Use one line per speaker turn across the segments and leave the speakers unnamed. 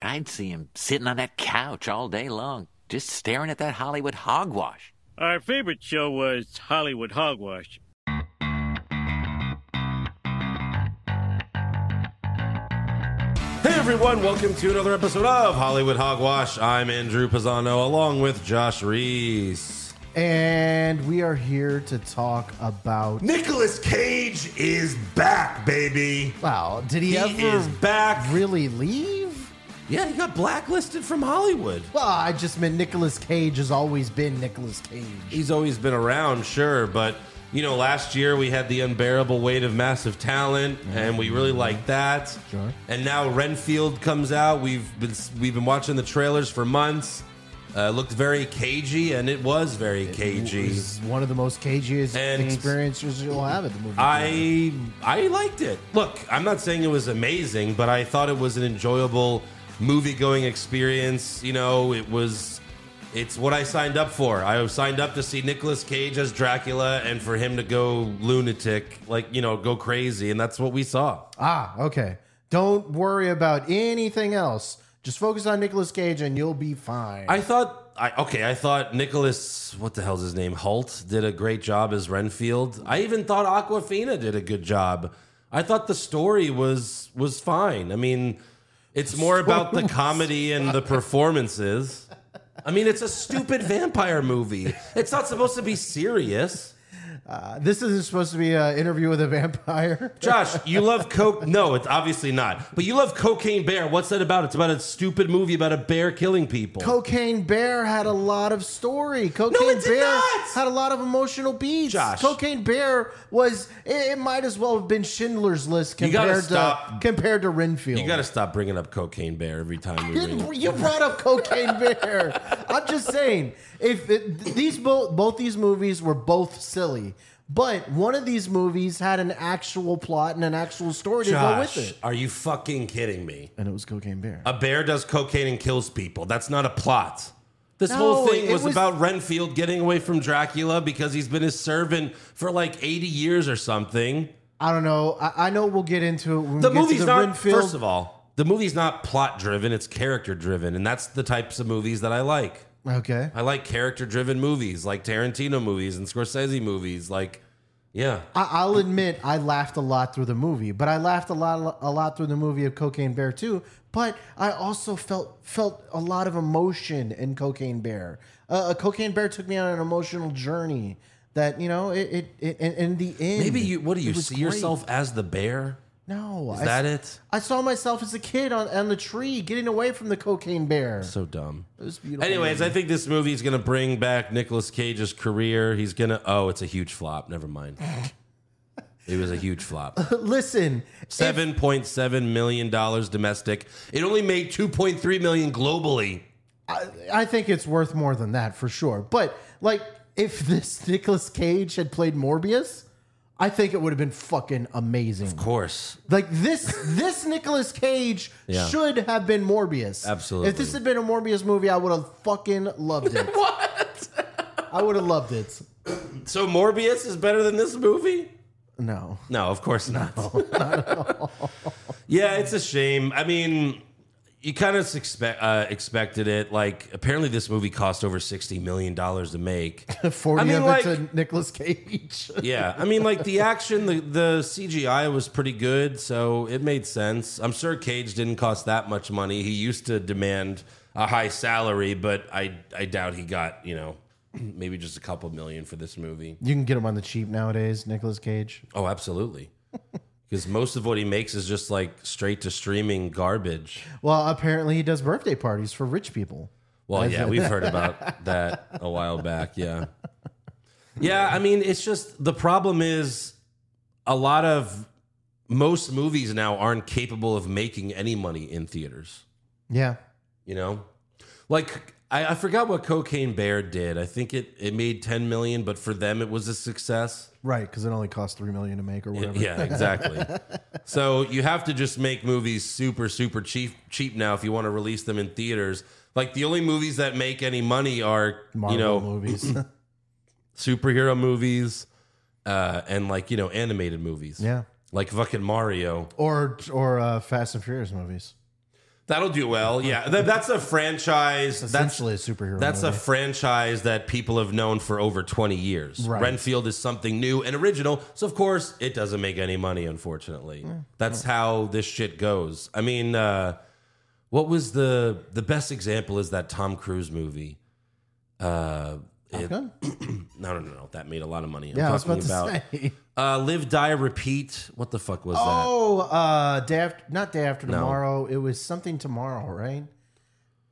I'd see him sitting on that couch all day long, just staring at that Hollywood hogwash.
Our favorite show was Hollywood Hogwash.
Hey everyone, welcome to another episode of Hollywood Hogwash. I'm Andrew Pisano along with Josh Reese.
And we are here to talk about.
Nicholas Cage is back, baby.
Wow, did he,
He
ever
is back.
really leave?
Yeah, he got blacklisted from Hollywood.
Well, I just meant Nicolas Cage has always been Nicolas Cage.
He's always been around, sure, but you know, last year we had the unbearable weight of massive talent, and we really liked that.
Sure.
And now Renfield comes out. We've been we've been watching the trailers for months. Uh, looked very cagey, and it was very cagey.
He's one of the most cagiest
And-
experiences you'll have at the movie. theater.
I I liked it. Look, I'm not saying it was amazing, but I thought it was an enjoyable movie going experience. You know, it was it's what I signed up for. I signed up to see Nicolas Cage as Dracula and for him to go lunatic, like, you know, go crazy, and that's what we saw.
Ah, okay. Don't worry about anything else. Just focus on Nicolas Cage and you'll be fine.
I thought I okay, I thought Nicholas what the hell's his name? Holt did a great job as Renfield. I even thought Aquafina did a good job. I thought the story was was fine. I mean, it's more about the comedy and the performances. I mean, it's a stupid vampire movie. It's not supposed to be serious.
Uh, this isn't supposed to be an interview with a vampire.
Josh, you love coke? No, it's obviously not. But you love Cocaine Bear. What's that about? It's about a stupid movie about a bear killing people.
Cocaine Bear had a lot of story. Cocaine
it did
Bear
not!
had a lot of emotional beats.
Josh.
Cocaine Bear was it, it might as well have been Schindler's List
You gotta
compared to
stop.
compared to Renfield.
You got to stop bringing up Cocaine Bear every time we ring.
Didn't- you brought up Cocaine Bear. I'm just saying, if it, these both both these movies were both silly, but one of these movies had an actual plot and an actual story to go
Josh,
with it,
are you fucking kidding me?
and it was Cocaine Bear.
A bear does cocaine and kills people. That's not a plot. This
No,
whole thing
it
was,
was-
about Renfield getting away from Dracula because he's been his servant for like 80 years or something.
I don't know. I, I know we'll get into it. When
The
we get to
movie's not,
Renfield.
first of all, the movie's not plot driven, it's character driven. And that's the types of movies that I like.
Okay.
I like character driven movies like Tarantino movies and Scorsese movies. Like, yeah.
I, I'll admit I laughed a lot through the movie, but I laughed a lot a lot through the movie of Cocaine Bear too. But I also felt felt a lot of emotion in Cocaine Bear. Uh, Cocaine Bear took me on an emotional journey that you know it. it, it and in the end,
Maybe you, what do you
it was
see
great.
yourself as the bear?
No,
Is
I,
that it?
I saw myself as a kid on, on the tree getting away from the Cocaine Bear.
So dumb.
it was beautiful.
Anyways, I think this movie is going to bring back Nicolas Cage's career. He's going to. Oh, it's a huge flop. Never mind. it was a huge flop.
listen,
Seven point seven million dollars domestic. It only made two point three million globally.
I think it's worth more than that for sure. But like, if this Nicolas Cage had played Morbius, I think it would have been fucking amazing.
Of course,
Like this, this Nicolas Cage
Yeah.
should have been Morbius.
Absolutely.
If this had been a Morbius movie, I would have fucking loved it. what? I would have loved it.
so Morbius is better than this movie.
No.
No, of course not. yeah, it's a shame. I mean, you kind of expect, uh, expected it. Like, apparently, this movie cost over sixty million dollars to make.
40
I mean,
of
like-
it's a Nicolas Cage.
Yeah, I mean, like the action, the, the CGI was pretty good, so it made sense. I'm sure Cage didn't cost that much money. He used to demand a high salary, but I I doubt he got you know maybe just a couple million for this movie.
you can get him on the cheap nowadays, Nicolas Cage.
Oh, absolutely, because most of what he makes is just like straight to streaming garbage.
Well, apparently he does birthday parties for rich people.
Well, yeah, we've heard about that a while back. Yeah. Yeah, I mean, it's just the problem is a lot of most movies now aren't capable of making any money in theaters,
Yeah.
you know? Like, I, I forgot what Cocaine Bear did. I think it, it made 10 million, but for them, it was a success.
Right, because it only costs three million to make or whatever.
Yeah, exactly. so you have to just make movies super, super cheap, cheap now if you want to release them in theaters. Like the only movies that make any money are,
Marvel
you know,
movies.
superhero movies uh, and like you know animated movies.
yeah.
like fucking Mario.
Or or uh, Fast and Furious movies.
That'll do well. Yeah, Th- that's a franchise. That's
Essentially a superhero.
That's
movie.
a franchise that people have known for over 20 years.
Right.
Renfield is something new and original. So, of course, it doesn't make any money, unfortunately. That's how this shit goes. I mean, uh, what was the the best example is that Tom Cruise movie? Uh, it-
Gun?
no, no, no, no. That made a lot of money. I'm
Yeah, I was
talking
about to
about
say.
uh, Live, Die, Repeat. What the fuck was
Oh, uh, day after, not day after tomorrow. It was something tomorrow, right?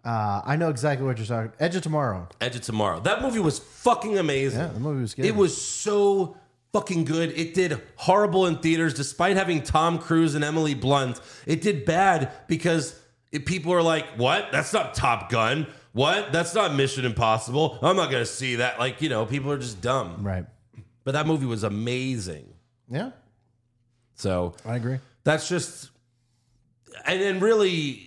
Uh, I know exactly what you're talking. Edge of Tomorrow.
that? Edge of Tomorrow. That movie was fucking amazing.
Yeah, the movie was good.
It was so fucking good. It did horrible in theaters, despite having Tom Cruise and Emily Blunt. It did bad because it, people are like, "What? That's not Top Gun. What? That's not Mission Impossible. I'm not gonna see that." Like, you know, people are just dumb.
right.
But that movie was amazing.
Yeah,
So
I agree.
that's just, and and really.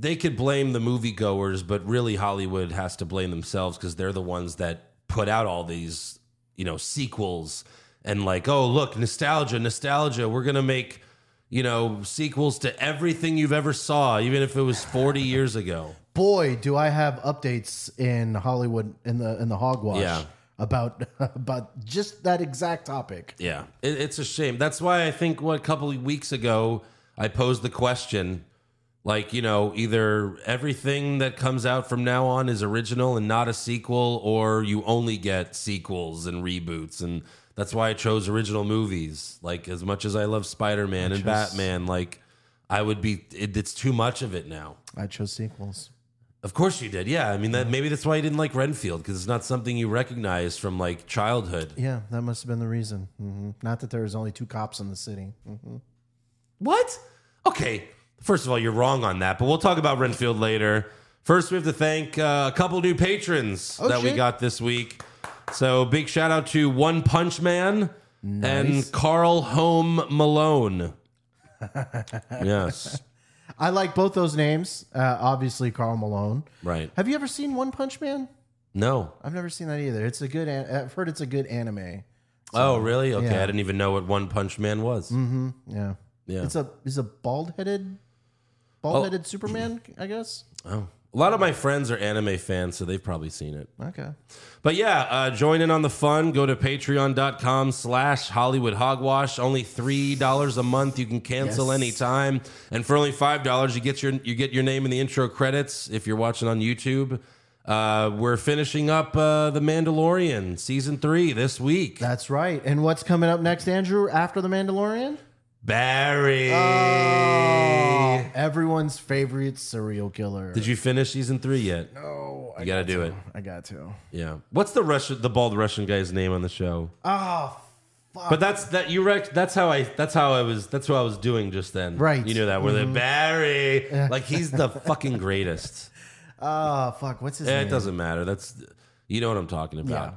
They could blame the moviegoers, but really Hollywood has to blame themselves because they're the ones that put out all these you know sequels and like oh look nostalgia nostalgia we're gonna make you know sequels to everything you've ever saw even if it was 40 years ago
Boy, do I have updates in Hollywood in the in the hogwash
Yeah.
about about just that exact topic.
yeah it, it's a shame that's why i think what a couple of weeks ago i posed the question like you know either everything that comes out from now on is original and not a sequel or you only get sequels and reboots and that's why i chose original movies like as much as i love spider-man and batman like i would be it, it's too much of it now
I chose sequels.
Of course you did. Yeah, I mean that maybe that's why you didn't like Renfield because it's not something you recognize from like childhood.
Yeah, that must have been the reason. hmm Not that there was only two cops in the city. hmm
What? Okay. First of all, you're wrong on that, but we'll talk about Renfield later. First, we have to thank uh, a couple new patrons that we
Oh, shit.
got this week. So, big shout out to One Punch Man and Carl Home Malone. yes.
I like both those names. Uh, obviously, Carl Malone.
Right.
Have you ever seen One Punch Man?
No.
I've never seen that either. It's a good. an- I've heard it's a good anime.
Oh, really? Okay.
yeah. Mm-hmm.
I didn't even know what One Punch Man was.
Yeah. Oh.
Yeah.
It's a he's a bald headed bald headed Superman, I guess.
Oh. A lot of my friends are anime fans, so they've probably seen it.
Okay.
But yeah, uh, join in on the fun. Go to patreon.com slash Hollywood Hogwash. Only $3 a month. You can cancel
Yes.
anytime. And for only $5, you get your you get your name in the intro credits if you're watching on YouTube. Uh, we're finishing up uh, The Mandalorian season three this week.
That's right. And what's coming up next, Andrew, after The Mandalorian?
Barry.
Everyone's favorite serial killer.
Did you finish season three yet? No. You got to do it.
I got to.
Yeah. What's the Russian, the bald Russian guy's name on the show?
Oh fuck.
But that's that you rec- that's how I that's how I was that's what I was doing just then.
Right.
You know that where the Barry like he's the fucking greatest.
oh fuck. What's his
Eh, It
name?
doesn't matter. That's you know what I'm talking about.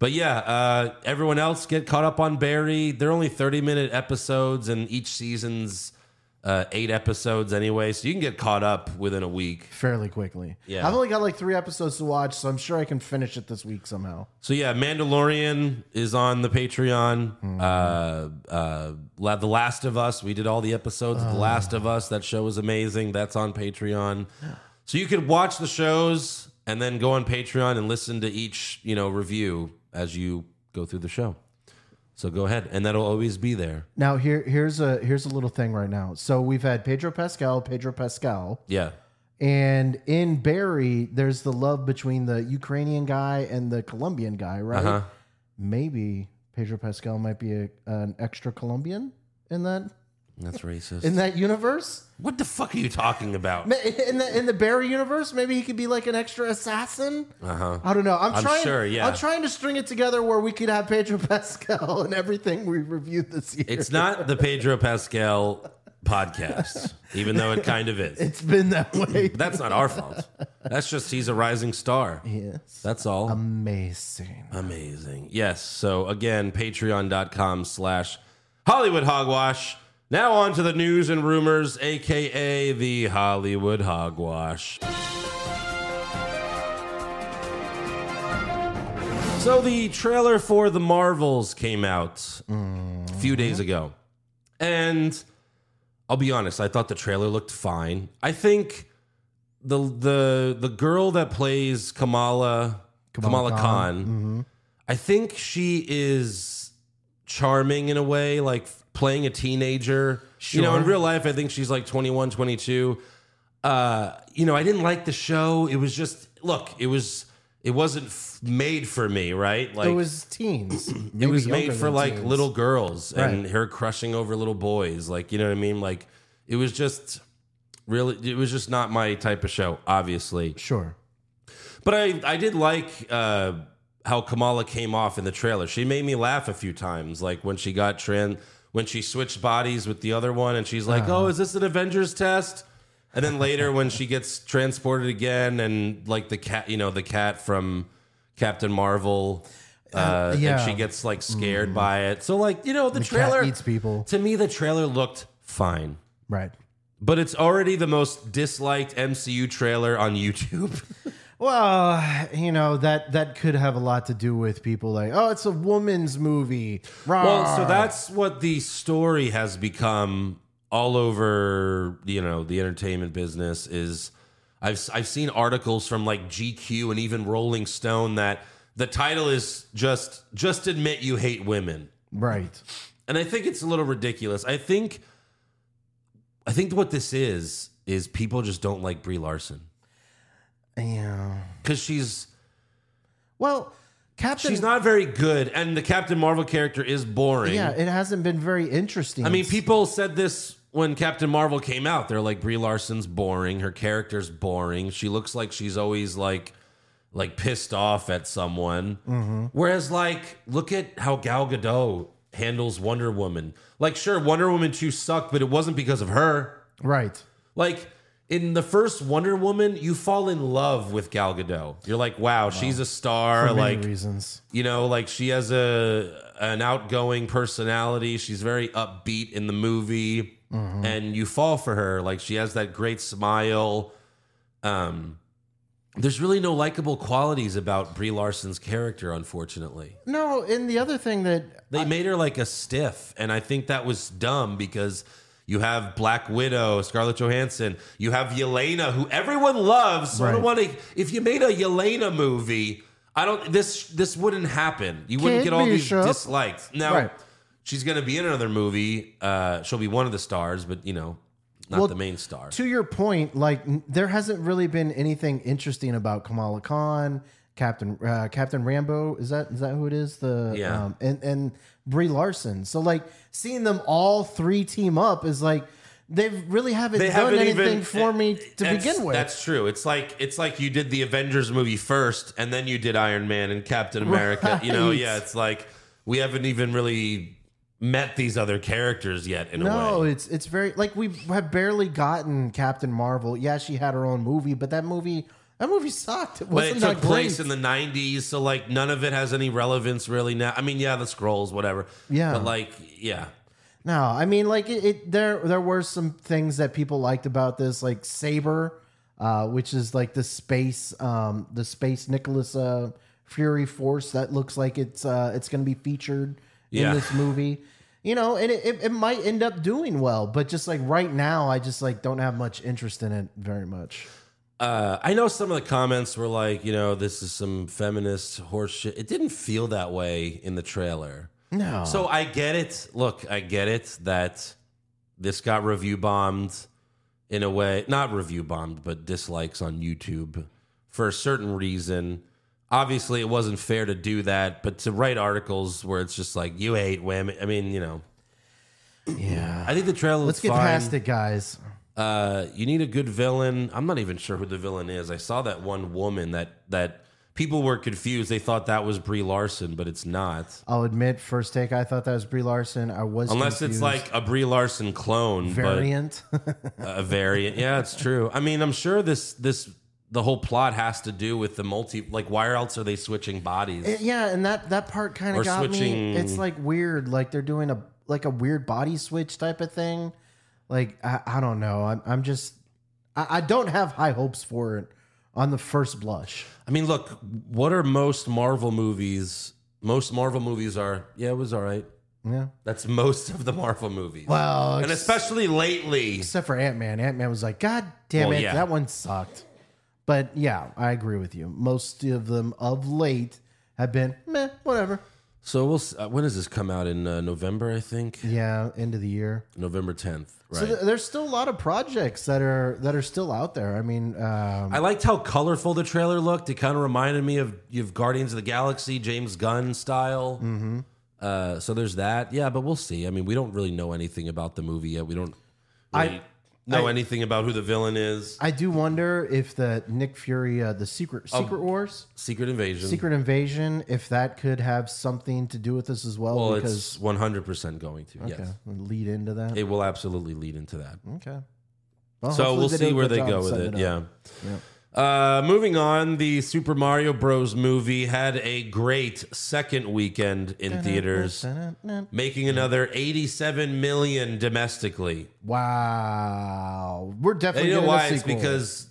But yeah, uh, everyone else get caught up on Barry. They're only 30 minute episodes and each season's uh, eight episodes anyway, so you can get caught up within a week.
Fairly quickly.
Yeah.
I've only got like three episodes to watch, so I'm sure I can finish it this week somehow.
So yeah, Mandalorian is on the Patreon.
Mm-hmm.
Uh, uh, La- the Last of Us, we did all the episodes
Uh.
of The Last of Us. That show was amazing. That's on Patreon. So you could watch the shows and then go on Patreon and listen to each you know review as you go through the show. So go ahead, and that'll always be there.
Now here here's a here's a little thing right now. So we've had Pedro Pascal, Pedro Pascal.
Yeah,
And in Barry, there's the love between the Ukrainian guy and the Colombian guy, right? Maybe Pedro Pascal might be a, an extra Colombian in that
that's racist.
in that universe.
what the fuck are you talking about?
Ma- In the in the Barry universe, maybe he could be like an extra assassin. Uh-huh. I don't know. I'm,
I'm
trying.
sure, yeah.
I'm trying to string it together where we could have Pedro Pascal and everything we reviewed this year.
It's not the Pedro Pascal podcast, even though it kind of is.
it's been that way.
That's not our fault. That's just he's a rising star.
yes.
That's all.
Amazing.
Amazing. Yes. So again, patreon.com slash Hollywood Hogwash. Now on to the news and rumors, aka the Hollywood Hogwash. So the trailer for The Marvels came out a few days ago. And I'll be honest, I thought the trailer looked fine. I think the the the girl that plays Kamala Kamala,
Kamala
Khan, I think she is charming in a way, like f- playing a teenager. You know, in
Sure.
real life, I think she's like 21, 22. Uh, you know, I didn't like the show. It was just look, it was it wasn't f- made for me, right? Like
it was teens.
it was made for like little girls and
Right.
her crushing over little boys like you know what i mean like it was just really it was just not my type of show obviously
Sure.
but i i did like uh how kamala came off in the trailer she made me laugh a few times like when she got trans when she switched bodies with the other one and she's like
Uh-huh.
oh is this an avengers test and then later when she gets transported again and like the cat you know the cat from captain marvel uh,
yeah. Mm.
and she gets like scared by it so like you know the,
cat
trailer
eats people.
to me the trailer looked fine
Right.
but it's already the most disliked mcu trailer on youtube
Well, you know that that could have a lot to do with people like, oh, it's a woman's movie. Rah.
Well, so that's what the story has become all over, you know, the entertainment business is I've I've seen articles from like GQ and even Rolling Stone that the title is just just admit you hate women.
right.
And I think it's a little ridiculous. I think I think what this is is people just don't like Brie Larson
Yeah.
cuz she's
Well, Captain.
she's not very good and the Captain Marvel character is boring.
Yeah, it hasn't been very interesting.
I mean, people said this when Captain Marvel came out. They're like, Brie Larson's boring. Her character's boring. She looks like she's always like, like pissed off at someone.
Mm-hmm.
Whereas, like, look at how Gal Gadot handles Wonder Woman. Like, sure, Wonder Woman two sucked, but it wasn't because of her.
right.
Like. In the first Wonder Woman, you fall in love with Gal Gadot. You're like, wow, she's a star.
For many
like,
reasons.
you know like she has a an outgoing personality she's very upbeat in the movie and you fall for her like she has that great smile um there's really no likable qualities about Brie Larson's character unfortunately
No, and the other thing that
they made her like a stiff and i think that was dumb because you have Black Widow, Scarlett Johansson. You have Yelena, who everyone loves. So I don't
Right.
want to. If you made a Yelena movie, I don't. This this wouldn't happen. You wouldn't
Kid
get all
Bishop.
these dislikes. Now
Right.
she's going to be in another movie. Uh, she'll be one of the stars, but you know, not
Well,
the main star.
to your point, like n- there hasn't really been anything interesting about Kamala Khan, Captain uh, Captain Rambo. Is that is that who it is? The
Yeah.
um, and and Brie Larson. So like seeing them all three team up is like they really haven't
they
done
haven't
anything
even eh,
for me to
That's-
begin with.
That's true. It's like it's like you did the Avengers movie first, and then you did Iron Man and Captain America. You know,
Right.
yeah. It's like we haven't even really met these other characters yet. In a
no,
way,
it's it's very like we have barely gotten Captain Marvel. Yeah, she had her own movie, but that movie that movie sucked. It
but
wasn't
it took
that great.
place in the '90s, so like none of it has any relevance really now. I mean, yeah, the scrolls, whatever.
Yeah.
but like, yeah.
No, I mean like it, it there there were some things that people liked about this, like Saber, uh, which is like the space um the space Nicholas uh, Fury force that looks like it's uh it's gonna be featured
Yeah.
in this movie. You know, and it, it, it might end up doing well, but just like right now, I just like don't have much interest in it very much.
Uh, I know some of the comments were like, you know, this is some feminist horseshit. It didn't feel that way in the trailer.
No.
So I get it. Look, I get it that this got review bombed in a way, not review bombed, but dislikes on YouTube for a certain reason. Obviously, it wasn't fair to do that, but to write articles where it's just like you hate women. I mean, you know,
yeah.
I think the trailer.
Let's get past it, guys.
Uh, you need a good villain. I'm not even sure who the villain is. I saw that one woman that that people were confused. They thought that was Brie Larson, but it's not.
I'll admit, first take, I thought that was Brie Larson. I was
Unless it's
confused.
like a Brie Larson clone,
variant.
but a variant. Yeah, it's true. I mean, I'm sure this this the whole plot has to do with the multi. Like, why else are they switching bodies?
It- yeah, and that that part kind
Or
of got
switching-
me. It's like weird, like they're doing a like a weird body switch type of thing. Like I, I don't know. I'm I'm just I, I don't have high hopes for it on the first blush.
I mean, look, what are most Marvel movies? Most Marvel movies are yeah, it was all right.
Yeah.
That's most of the Marvel movies.
Well,
and
ex-
especially lately.
except for Ant Man. Ant Man was like, God damn
Well,
it,
yeah.
that one sucked. But yeah, I agree with you. Most of them of late have been meh, whatever.
So we'll. s- Uh, when does this come out in uh, November? I think
Yeah, end of the year.
November tenth. Right.
So th- there's still a lot of projects that are that are still out there. I mean, um,
I liked how colorful the trailer looked. It kind of reminded me of of Guardians of the Galaxy, James Gunn style. Mm-hmm. Uh, so there's that. Yeah, but we'll see. I mean, we don't really know anything about the movie yet. We don't really
I-
know anything about who the villain is.
I do wonder if the Nick Fury, uh, the Secret
Oh.
Secret Wars,
Secret Invasion.
Secret Invasion, if that could have something to do with this as well,
Well,
because
it's 100 percent going to.
okay,
Yes,
lead into that.
it will absolutely lead into that.
okay. Well,
so
hopefully
we'll
do
see
a
where
good
they
job
go with
setting
it.
up.
yeah. Uh, moving on, the Super Mario Bros. movie had a great second weekend in theaters, making another 87 million domestically.
Wow, we're
And
definitely
you know
getting a
why? It's
sequel.
because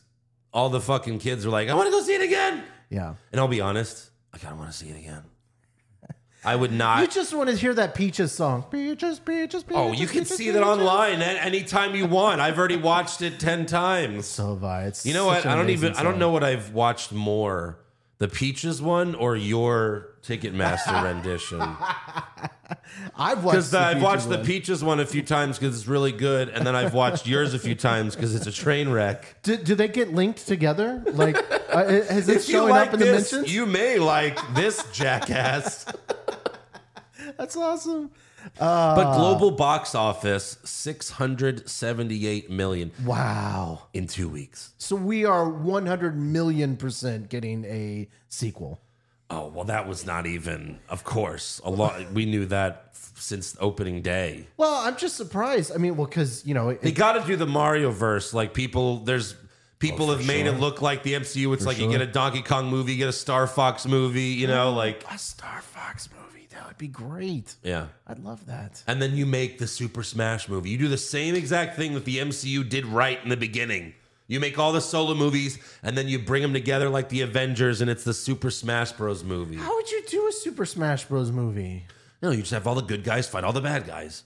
all the fucking kids were like, "I want to go see it again."
yeah,
And I'll be honest, I kind of want to see it again. I would not.
you just want to hear that Peaches song. Peaches, Peaches, Peaches.
oh, you can
Peaches,
see that
Peaches.
online at any time you want. I've already watched it ten times.
So have I. It's
You know
such
what?
an
I don't
amazing
even. I don't
song.
know what I've watched more: the Peaches one or your Ticketmaster rendition.
I've watched
Because I've
Peaches
watched the
one.
Peaches one a few times because it's really good, and then I've watched yours a few times because it's a train wreck.
Do, do they get linked together? Like, uh, has it
If you
showing
like
up in
this,
the mentions?
you may like this jackass.
That's awesome.
but
Ah.
global box office six hundred seventy-eight million
Wow.
in two weeks.
So we are 100 million percent getting a sequel.
Oh well, that was not even. Of course, a lot. We knew that f- since opening day.
Well, I'm just surprised. I mean, well, because, you know,
They
it,
got to do the Mario verse. Like people, there's people have made it look like the MCU. It's like you get a Donkey Kong movie, you get a Star Fox movie. You know, like
a Star Fox movie, that would be great.
yeah.
I'd love that.
And then you make the Super Smash movie. You do the same exact thing that the MCU did right in the beginning. You make all the solo movies, and then you bring them together like the Avengers, and it's the Super Smash Bros. movie.
How would you do a Super Smash Bros. movie?
No, you just have all the good guys fight all the bad guys.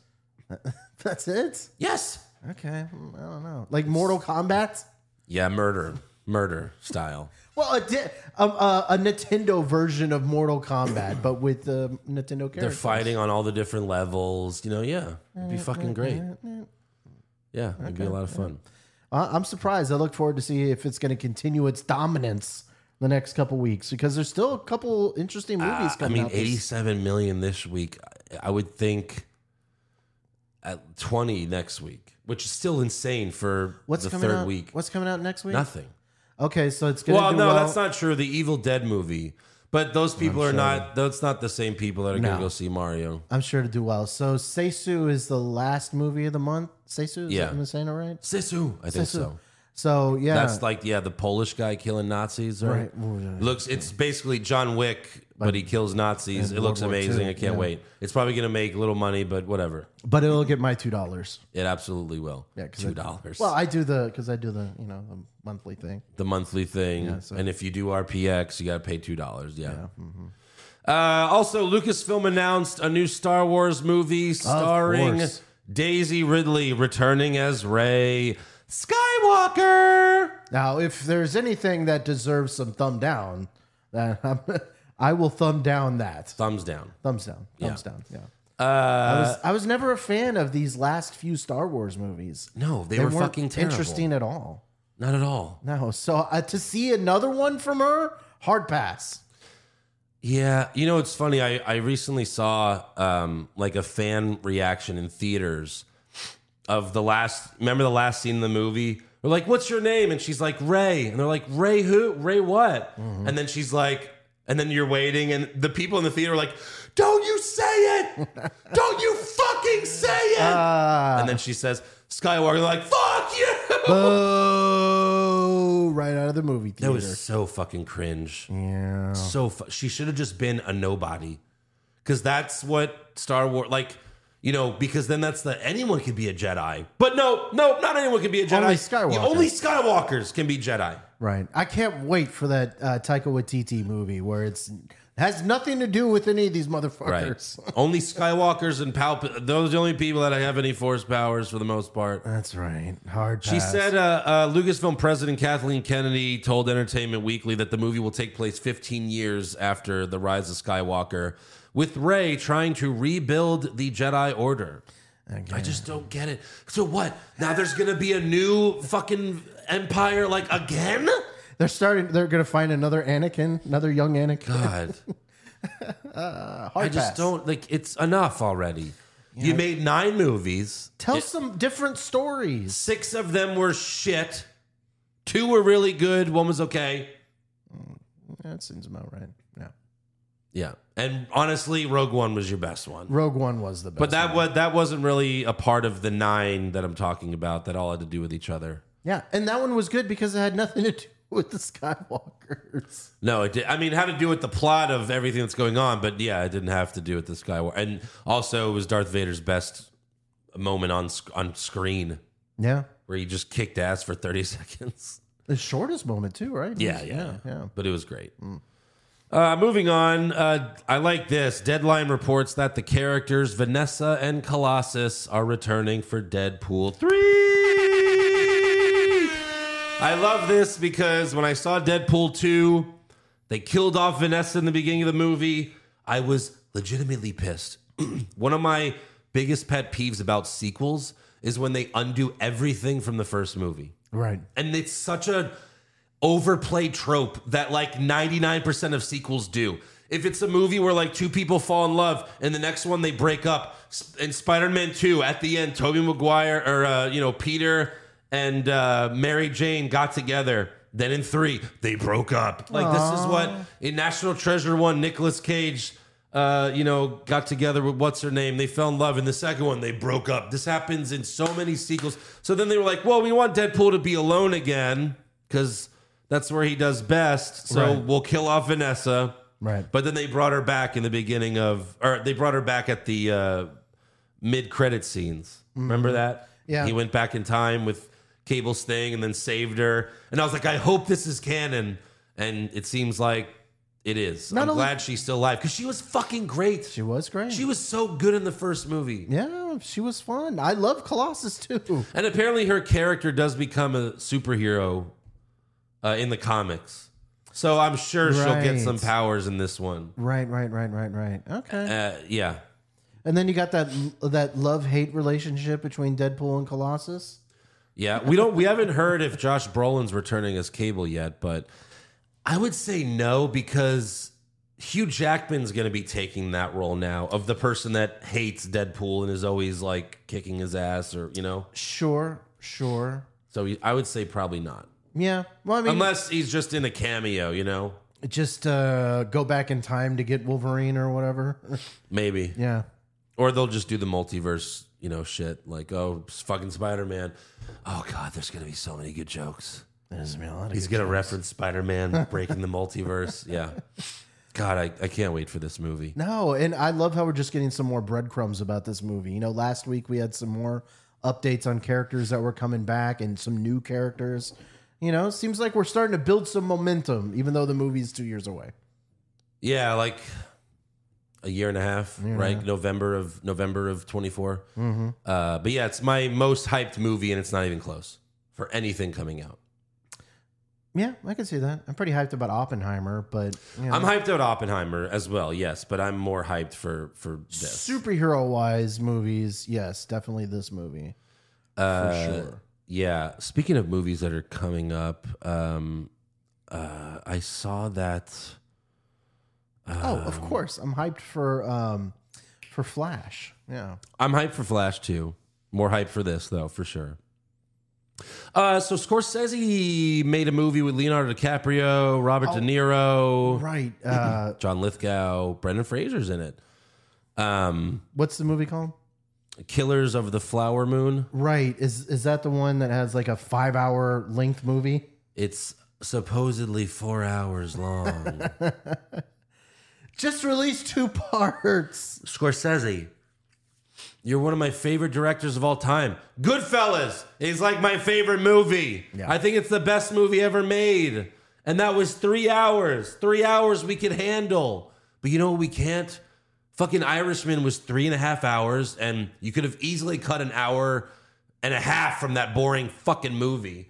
That's it?
Yes.
Okay. mm, I don't know. Like Mortal Kombat?
Yeah, murder, murder style.
Well, a, di- um, uh, a Nintendo version of Mortal Kombat, but with uh, Nintendo
They're
characters.
fighting on all the different levels. You know, yeah, it'd be fucking great. Yeah, it'd be a lot of fun.
I- I'm surprised. I look forward to see if it's going to continue its dominance the next couple weeks because there's still a couple interesting movies
Uh, I
coming
mean,
out. this-
87 million this week. I- I would think at 20 next week, which is still insane for
What's
the
coming
third
out?
week.
What's coming out next week?
Nothing.
Okay, so it's going to
Well,
do
no,
well.
that's not true. The Evil Dead movie, but those people are not. That's not the same people that are going
No.
to go see Mario.
I'm sure to do well. So Seisu is the last movie of the month. Seisu, is
Yeah.
that, am I saying it right?
Sisu, I think so.
So yeah,
That's like yeah, the Polish guy killing Nazis, right?
Right. Ooh, yeah.
Looks it's basically John Wick, but he kills Nazis. It
World
looks
War II,
amazing. I can't
yeah.
wait. It's probably gonna make little money, but whatever.
but it'll get my two dollars.
It absolutely will.
Yeah, 'cause I-
two dollars.
Well, I do the because I do the you know the monthly thing.
the monthly thing, and if you do RPX, you gotta pay two dollars. Yeah.
mm-hmm.
Uh, also, Lucasfilm announced a new Star Wars movie starring
course.
Daisy Ridley returning as Rey Skywalker.
Now, if there's anything that deserves some thumb down, then I'm, I will thumb down that.
Thumbs down. Uh,
Thumbs down. Thumbs down. Yeah. I was I was never a fan of these last few Star Wars movies.
No, they, were
weren't
fucking terrible.
interesting at all.
Not at all.
No, so uh, to see another one from her, hard pass.
Yeah, you know it's funny. I I recently saw um like a fan reaction in theaters of the last. Remember the last scene in the movie? They're like, "What's your name?" And she's like, "Ray." And they're like, "Ray who? Ray what?" And then she's like, and then you're waiting, and the people in the theater are like, "Don't you say it! Don't you fucking say it!" and then she says, "Skywalker." They're like, "Fuck you!"
Oh, right out of the movie
That
theater.
was so fucking cringe.
yeah.
so fu- she should have just been a nobody because that's what star wars like you know because then that's the anyone can be a jedi but no no not anyone can be a jedi
Only Skywalker.
You- only skywalkers can be jedi
Right. I can't wait for that uh, Taika Waititi movie where it's Has nothing to do with any of these motherfuckers.
Right. only Skywalkers and Palp. Those are the only people that have any force powers for the most part.
That's right. Hard.
She said uh, uh, Lucasfilm president Kathleen Kennedy told Entertainment Weekly that the movie will take place 15 years after the rise of Skywalker, with Rey trying to rebuild the Jedi Order. I just don't get it. So what? Now there's gonna be a new fucking empire, like again?
they're starting. They're gonna find another Anakin, another young Anakin.
God,
Hard
I just
pass.
don't like. It's enough already. You made nine movies.
tell some different stories.
Six of them were shit. Two were really good. One was okay.
That seems about right. Yeah.
Yeah, and honestly, Rogue One was your best one.
Rogue One was the best.
But that
one.
was that wasn't really a part of the nine that I'm talking about. That all had to do with each other.
yeah, and that one was good because it had nothing to do with the Skywalkers.
No, it did. I mean, it had to do with the plot of everything that's going on, but yeah, it didn't have to do with the Skywalker. And also, it was Darth Vader's best moment on sc- on screen,
Yeah,
where he just kicked ass for 30 seconds.
the shortest moment too, right?
Yeah,
yeah,
yeah,
yeah.
But it was great. Uh, moving on, uh, I like this. Deadline reports that the characters Vanessa and Colossus are returning for Deadpool 3. I love this because when I saw Deadpool 2, they killed off Vanessa in the beginning of the movie. I was legitimately pissed. One of my biggest pet peeves about sequels is when they undo everything from the first movie
Right.
and it's such a overplayed trope that like 99% of sequels do if it's a movie where like two people fall in love and the next one they break up S- in spider-man 2 at the end toby maguire or uh, you know peter and uh, mary jane got together then in three they broke up like this is what in national treasure 1 Nicolas cage uh, you know, got together with what's her name. They fell in love. In the second one, they broke up. This happens in so many sequels. So then they were like, well, we want Deadpool to be alone again because that's where he does best. So
Right.
we'll kill off Vanessa.
Right.
But then they brought her back in the beginning of, or they brought her back at the uh, mid credit scenes. Remember that?
Mm-hmm. Yeah.
He went back in time with Cable's thing and then saved her. And I was like, I hope this is canon. And it seems like it is.
Not
I'm
only-
glad she's still alive because she was fucking great.
She was great.
She was so good in the first movie.
Yeah, she was fun. I love Colossus too.
And apparently her character does become a superhero uh, in the comics. So I'm sure she'll get
Right.
some powers in this one.
Right, right, right, right, right. Okay.
Uh, yeah.
And then you got that that love hate relationship between Deadpool and Colossus.
Yeah, we don't we haven't heard if Josh Brolin's returning as Cable yet, but I would say no because Hugh Jackman's going to be taking that role now of the person that hates Deadpool and is always like kicking his ass or, you know.
Sure, sure.
So I would say probably not.
Yeah. Well, I mean,
Unless he's just in a cameo, you know.
just uh, go back in time to get Wolverine or whatever.
Maybe.
yeah.
Or they'll just do the multiverse, you know, shit like oh, s- fucking Spider-Man. Oh god, there's going to be so many good jokes.
There's gonna be a lot of
He's
good-
gonna reference Spider Man breaking the multiverse. Yeah. God, I, I can't wait for this movie.
No, and I love how we're just getting some more breadcrumbs about this movie. You know, last week we had some more updates on characters that were coming back and some new characters. You know, seems like we're starting to build some momentum, even though the movie's two years away.
Yeah, like a year and a half, right? November of November of twenty Uh, but yeah, it's my most hyped movie, and it's not even close for anything coming out.
Yeah, I can see that. I'm pretty hyped about Oppenheimer, but you know,
I'm hyped out Oppenheimer as well, yes, but I'm more hyped for for this.
superhero wise movies, yes, definitely this movie.
Uh,
sure.
Yeah. Speaking of movies that are coming up, um, uh, I saw that.
oh, of course. I'm hyped for um for Flash. Yeah.
I'm hyped for Flash 2. More hyped for this, though, for sure. Uh, so Scorsese made a movie with Leonardo DiCaprio, Robert De Niro,
Right. Uh
John Lithgow, Brendan Fraser's in it. Um,
what's the movie called?
Killers of the Flower Moon.
Right. Is is that the one that has like a five hour length movie?
It's supposedly four hours long.
Just released two parts.
Scorsese. You're one of my favorite directors of all time. Goodfellas is like my favorite movie. I think it's the best movie ever made. And that was three hours. Three hours we could handle. But you know what we can't? Fucking Irishman was three and a half hours, and you could have easily cut an hour and a half from that boring fucking movie.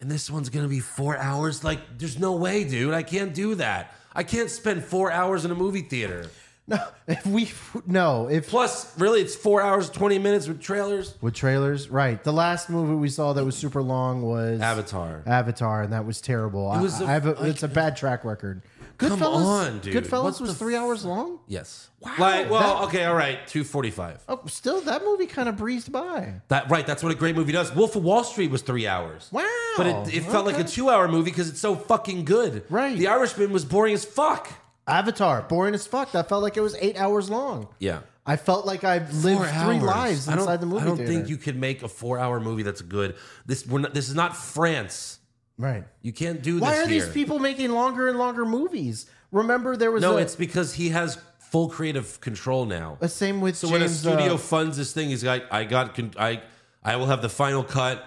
And this one's gonna be four hours. Like, there's no way, dude. I can't do that. I can't spend four hours in a movie theater.
No, if we no, if
Plus, really, it's four hours, 20 minutes with trailers.
with trailers, right? The last movie we saw that was super long was
Avatar.
Avatar, and that was terrible.
It was
I-
a-
I have a,
like-
it's a bad track record.
Come
Goodfellas,
on, dude.
Goodfellas
What
was
the
three hours long.
Yes. Like, well, okay, all right, 245.
Oh, still, that movie kind of breezed by.
That Right, that's what a great movie does. Wolf of Wall Street was three hours.
Wow,
But it, it felt like a
okay.
two hour movie because it's so fucking good.
Right.
The Irishman was boring as fuck.
Avatar, boring as fuck. That felt like it was eight hours long.
Yeah.
I felt like I've lived
Four
three
hours.
lives
I don't-
inside the movie
I don't
theater.
think you can make a four hour movie that's good. This we're not, this is not France.
right.
You can't do
Why
this.
are these
here.
people making longer and longer movies? Remember, there was
No,
a,
it's because he has full creative control now.
a same with
So when a
James. uh,
studio funds this thing, he's like, I got, con- I, I will have the final cut.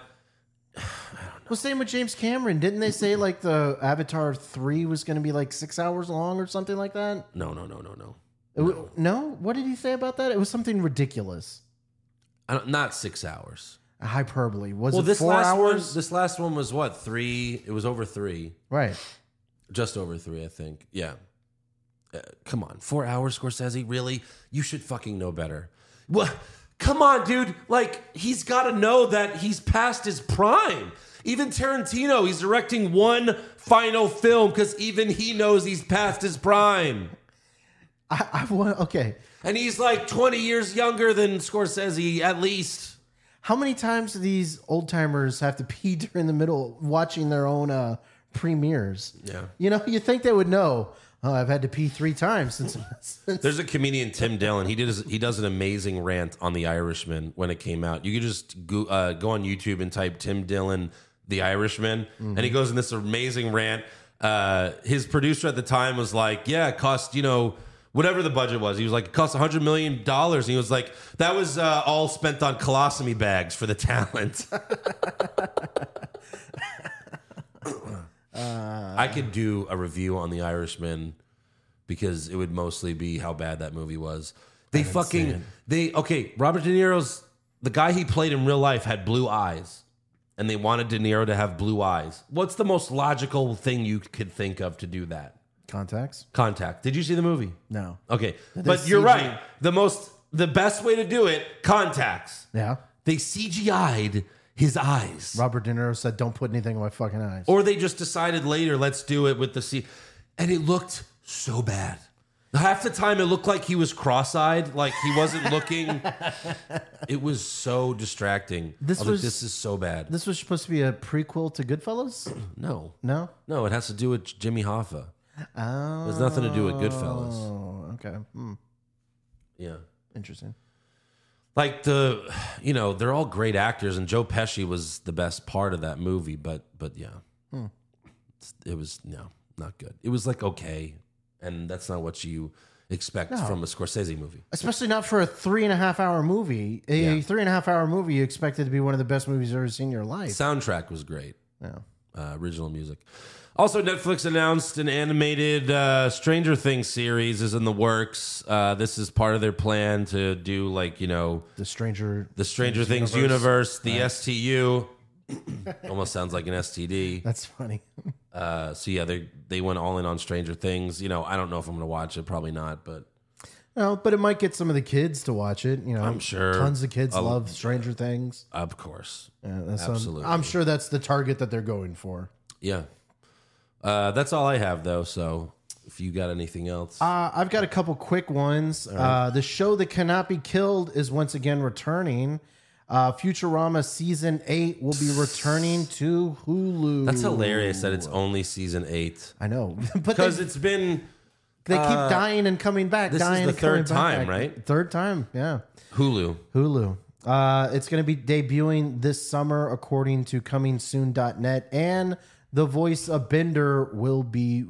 Well, same with James Cameron. Didn't they say like the Avatar three was going to be like six hours long or something like that?
No, no, no, no, no.
It wa- no, what did he say about that? It was something ridiculous,
I don't, not six hours.
hyperbole. Was
well,
it
this
four
last
hours?
one, this last one was what three? It was over three,
right.
just over three, I think. Yeah. Uh, come on, four hours, Scorsese. Really, you should fucking know better. What? Come on, dude. Like he's got to know that he's past his prime. Even Tarantino, he's directing one final film because even he knows he's past his prime.
I, I want okay.
And he's like 20 years younger than Scorsese, at least.
How many times do these old timers have to pee during the middle watching their own uh, premieres?
Yeah.
you know, you think they would know. Oh, I've had to pee three times since. since
There's a comedian, Tim Dillon. He, did his, he does an amazing rant on The Irishman when it came out. You could just go, uh, go on YouTube and type Tim Dillon, The Irishman. And he goes in this amazing rant. Uh, his producer at the time was like, Yeah, it cost, you know, whatever the budget was. He was like, It cost $100 million. And he was like, That was uh, all spent on colostomy bags for the talent. I could do a review on The Irishman because it would mostly be how bad that movie was. They fucking they okay. Robert De Niro's the guy he played in real life had blue eyes, and they wanted De Niro to have blue eyes. What's the most logical thing you could think of to do that?
contacts?
Contact. Did you see the movie?
No.
Okay, but
is
you're
CG.
right. The most the best way to do it contacts.
Yeah.
They CGI'd his eyes.
Robert De Niro said, "Don't put anything in my fucking eyes."
Or they just decided later, let's do it with the C. And it looked so bad. Half the time, it looked like he was cross eyed, like he wasn't looking. it was so distracting.
This
This was
was-
this is so bad.
This was supposed to be a prequel to Goodfellas?
no,
No?
no, it has to do with Jimmy Hoffa.
Oh.
It has nothing to do with Goodfellas.
Okay. Hmm.
Yeah,
Interesting.
like the, you know, they're all great actors, and Joe Pesci was the best part of that movie. But but yeah, It's- it was no, not good. It was like okay, and that's not what you expect from a Scorsese movie.
Especially not for a three and a half hour movie. A
Yeah.
three and a half hour movie you expect it to be one of the best movies you've ever seen in your life.
Soundtrack was great.
yeah.
Uh, original music. Also, Netflix announced an animated uh, Stranger Things series is in the works. Uh, this is part of their plan to do like you know
The Stranger.
the Stranger Things universe, the STU. Almost sounds like an STD.
That's funny.
Uh, so yeah, they they went all in on Stranger Things. You know, I don't know if I'm gonna watch it. Probably not, but
no, but it might get some of the kids to watch it. You know,
I'm sure
Tons of kids
a-
love Stranger Things.
of course,
Yeah, that's
Absolutely.
I'm sure that's the target that they're going for.
yeah. Uh, that's all I have though. So if you got anything else,
Uh, I've got a couple quick ones. Uh, the show that cannot be killed is once again returning. Uh, Futurama season eight will be returning to Hulu.
that's hilarious that it's only season eight.
I know, but they,
because it's been
they keep dying and coming back.
uh, this is
dying
the
and coming
third
back.
time, right?
Third time, yeah.
Hulu.
Hulu. Uh, it's going to be debuting this summer, according to comingsoon.net, and the voice of Bender will be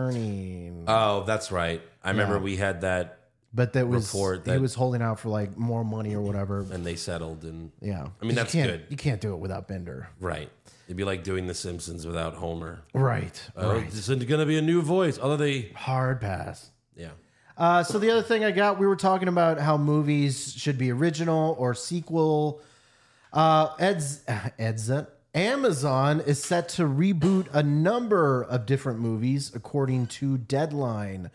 returning.
Oh, that's right. I remember we had that,
but that was
report
he
that-
was holding out for like more money or whatever.
and they settled, and
Yeah.
I mean, that's
you can't,
good.
You can't do it without Bender.
right. It'd be like doing The Simpsons without Homer.
Right.
Oh, this is going to be a new voice. Although they,
Uh, Hard pass.
yeah,
Uh, so the other thing I got, we were talking about how movies should be original or sequel. Uh, Ed's Ed's Amazon is set to reboot a number of different movies according to Deadline.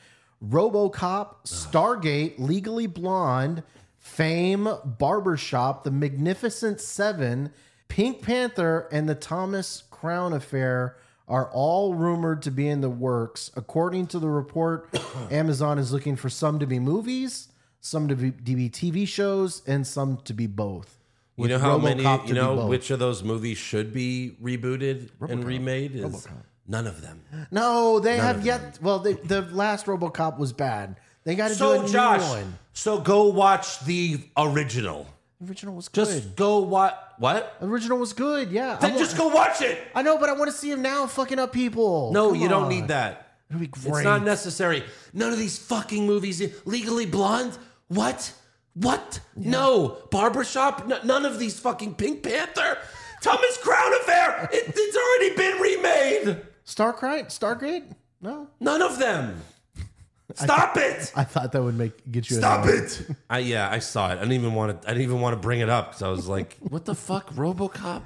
RoboCop, Stargate, Legally Blonde, Fame, Barbershop, The Magnificent 7, Pink Panther and the Thomas Crown affair are all rumored to be in the works. According to the report, Amazon is looking for some to be movies, some to be, to be TV shows, and some to be both.
You
With
know how many?
RoboCop to
You
be
know
both.
which of those movies should be rebooted and remade? Is none of them.
No, they have yet. Well, they, the last RoboCop was bad. They got to do
So
a
Josh,
new one.
so go watch the original.
The original was
Just
good.
go watch what?
The original was good. Yeah. I,
Then
wa-
just go watch it.
I know, but I want to see him now fucking up people.
No,
Oh, Come
you don't
on.
need that.
It'd be
It's
great.
not necessary. None of these fucking movies. Legally Blonde? What? What? No. Barbershop? N- none of these fucking Pink Panther? Thomas Crown Affair? It, it's already been remade.
Starcry, Stargate? No.
None of them. Stop it.
I thought that would make get you.
Stop it!
I, yeah, I saw it. I didn't even want to. I didn't even want to bring it up because I was like, "What the fuck, RoboCop?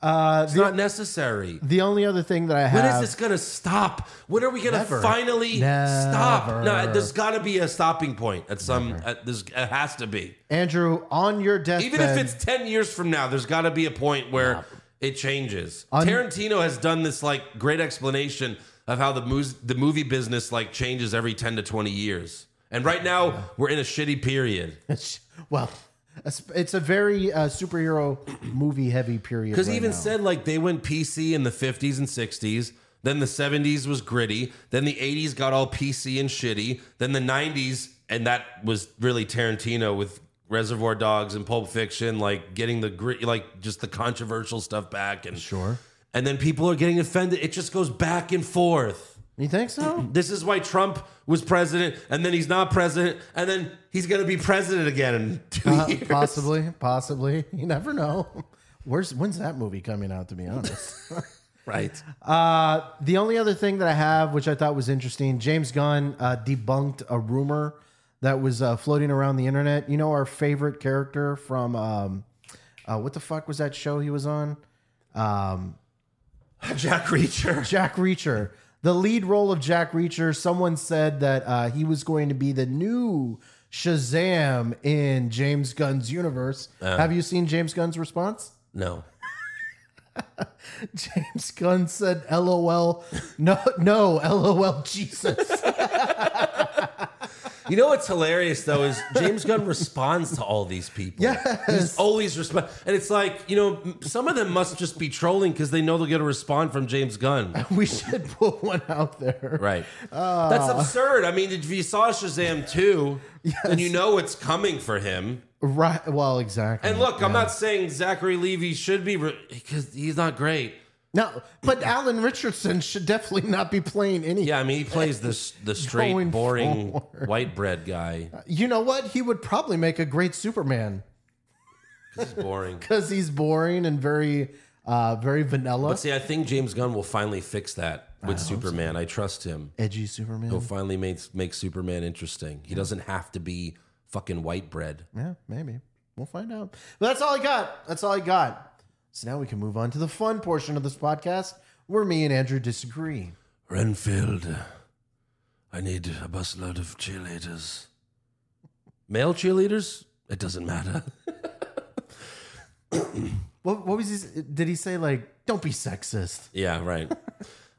Uh,
It's not necessary.
The only other thing that I
When
have.
is this gonna stop? When are we gonna
Never.
finally
Never.
stop? No, there's gotta be a stopping point at some. At, there's it has to be.
Andrew, on your deathbed.
Even if it's ten years from now, there's gotta be a point where it changes.
Un-
Tarantino has done this like great explanation of how the moves, the movie business like changes every ten to twenty years. And right now we're in a shitty period
well, it's- it's a very uh, superhero movie heavy period.
because
right
he even
now.
said like they went PC in the fifties and sixties. Then the 70s was gritty. Then the 80s got all PC and shitty. Then the 90s, and that was really Tarantino with Reservoir Dogs and Pulp Fiction, like getting the grit, like just the controversial stuff back. And
Sure.
And then people are getting offended. It just goes back and forth.
You think so?
This is why Trump was president, and then he's not president, and then he's going to be president again in two
Uh,
years.
possibly, possibly. You never know. Where's when's that movie coming out? To be honest,
Right.
uh, the only other thing that I have, which I thought was interesting, James Gunn uh, debunked a rumor that was uh, floating around the internet. You know, our favorite character from um, uh, what the fuck was that show he was on?
Jack Reacher.
Jack Reacher. The lead role of Jack Reacher, someone said that uh, he was going to be the new Shazam in James Gunn's universe. Have you seen James Gunn's response?
No.
James Gunn said, "LOL, no, no, LOL, Jesus."
You know what's hilarious though is James Gunn responds to all these people.
Yes.
He's always respond, and it's like you know m- some of them must just be trolling because they know they'll get a response from James Gunn.
we should put one out there.
Right.
Ah.
That's absurd. I mean, if you saw Shazam two, then you know it's coming for him.
Right. Well, exactly.
And look, I'm not saying Zachary Levy should be because he's not great.
no, but Alan Richardson should definitely not be playing any.
Yeah, I mean, he plays this the straight,
Going
boring white bread guy.
You know what? He would probably make a great Superman
He's boring.
because he's boring and very, uh, very vanilla.
But see, I think James Gunn will finally fix that with Superman. I trust him.
edgy Superman.
finally makes makes Superman interesting. He doesn't have to be fucking white bread.
yeah, maybe. We'll find out. But that's all I got. That's all I got. So now we can move on to the fun portion of this podcast where me and Andrew disagree.
Renfield, I need a busload of cheerleaders. Male cheerleaders? It doesn't matter.
What, what was his? Did he say like, "Don't be sexist"?
yeah, right.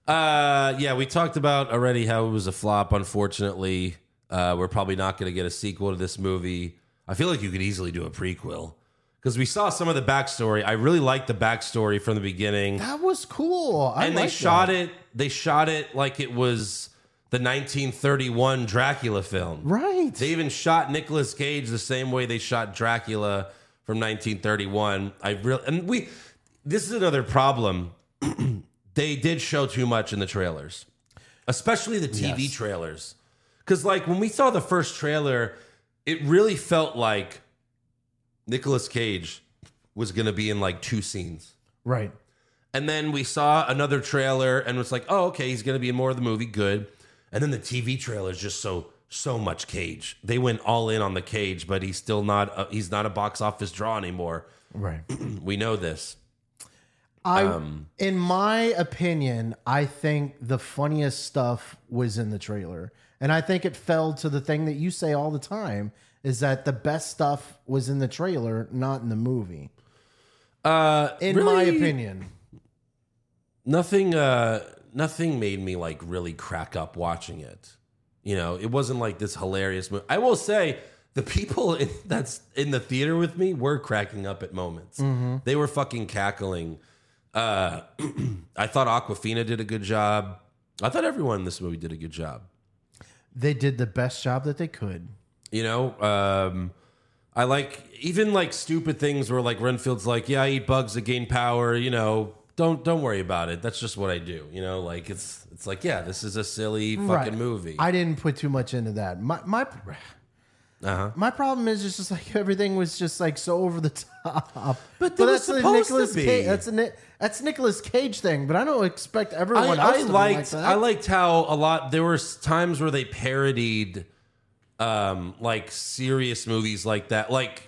uh, yeah, we talked about already how it was a flop. Unfortunately, uh, we're probably not going to get a sequel to this movie. I feel like you could easily do a prequel because we saw some of the backstory. I really liked the backstory from the beginning.
That was cool. I
and they
like
shot
that.
it they shot it like it was the 1931 dracula film
right.
they even shot Nicolas Cage the same way they shot Dracula from 1931. I really and we this is another problem. they did show too much in the trailers. Especially the TV
Yes.
trailers. Cuz like when we saw the first trailer, it really felt like Nicolas Cage was going to be in like two scenes.
right.
And then we saw another trailer and was like, oh, okay, he's going to be in more of the movie. Good. And then the TV trailer is just so so much Cage. They went all in on the Cage, but he's still not a, he's not a box office draw anymore.
Right.
We know this.
I,
Um,
in my opinion, I think the funniest stuff was in the trailer, and I think it fell to the thing that you say all the time is that the best stuff was in the trailer, not in the movie.
Uh,
In
really,
my opinion,
nothing uh nothing made me like really crack up watching it you know it wasn't like this hilarious movie i will say the people in, that's in the theater with me were cracking up at moments they were fucking cackling uh i thought aquafina did a good job i thought everyone in this movie did a good job
they did the best job that they could.
you know, um, I like even like stupid things where like Renfield's like, yeah, I eat bugs to gain power. You know, don't don't worry about it. That's just what I do. You know, like it's it's like yeah, this is a silly fucking
Right.
movie.
I didn't put too much into that. My my
Uh-huh.
my problem is it's just like everything was just like so over the top. But,
they were
the
supposed to
Nicolas
be.
Cage, that's a Ni- that's Nicolas Cage thing. But I don't expect
I,
everyone else
I
to be like
liked
that.
I liked how a lot there were s- times where they parodied um like serious movies like that like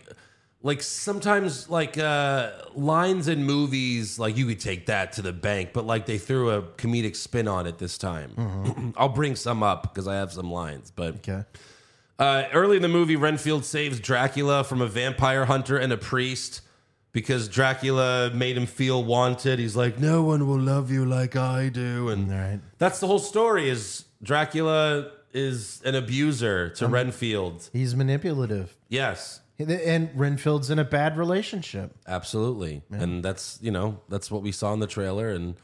like sometimes like uh lines in movies like you could take that to the bank but like they threw a comedic spin on it this time
Mm-hmm.
i'll bring some up because i have some lines but
Okay.
uh, early in the movie, Renfield saves Dracula from a vampire hunter and a priest because Dracula made him feel wanted. He's like, "No one will love you like I do," and
right.
that's the whole story. Is Dracula is an abuser
Uh-huh.
to Renfield?
He's manipulative.
Yes,
And Renfield's in a bad relationship.
absolutely. And that's you know that's what we saw in the trailer, and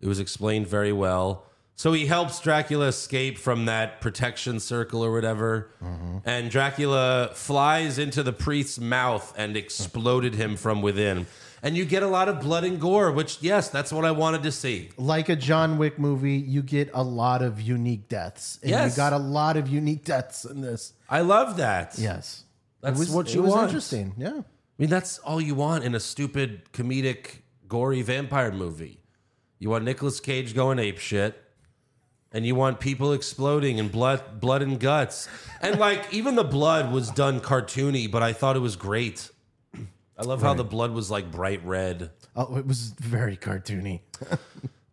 it was explained very well. So he helps Dracula escape from that protection circle or whatever,
Uh-huh.
and Dracula flies into the priest's mouth and exploded him from within. And you get a lot of blood and gore, which yes, that's what I wanted to see.
Like a John Wick movie, you get a lot of unique deaths. And
Yes.
you got a lot of unique deaths in this.
I love that.
Yes.
that's
it was,
what
it
you
was
want.
interesting. Yeah.
I mean, that's all you want in a stupid, comedic, gory vampire movie. You want Nicolas Cage going ape shit, and you want people exploding and blood, blood and guts, and like even the blood was done cartoony, but I thought it was great. I love how the blood was like bright red.
Oh, it was very cartoony.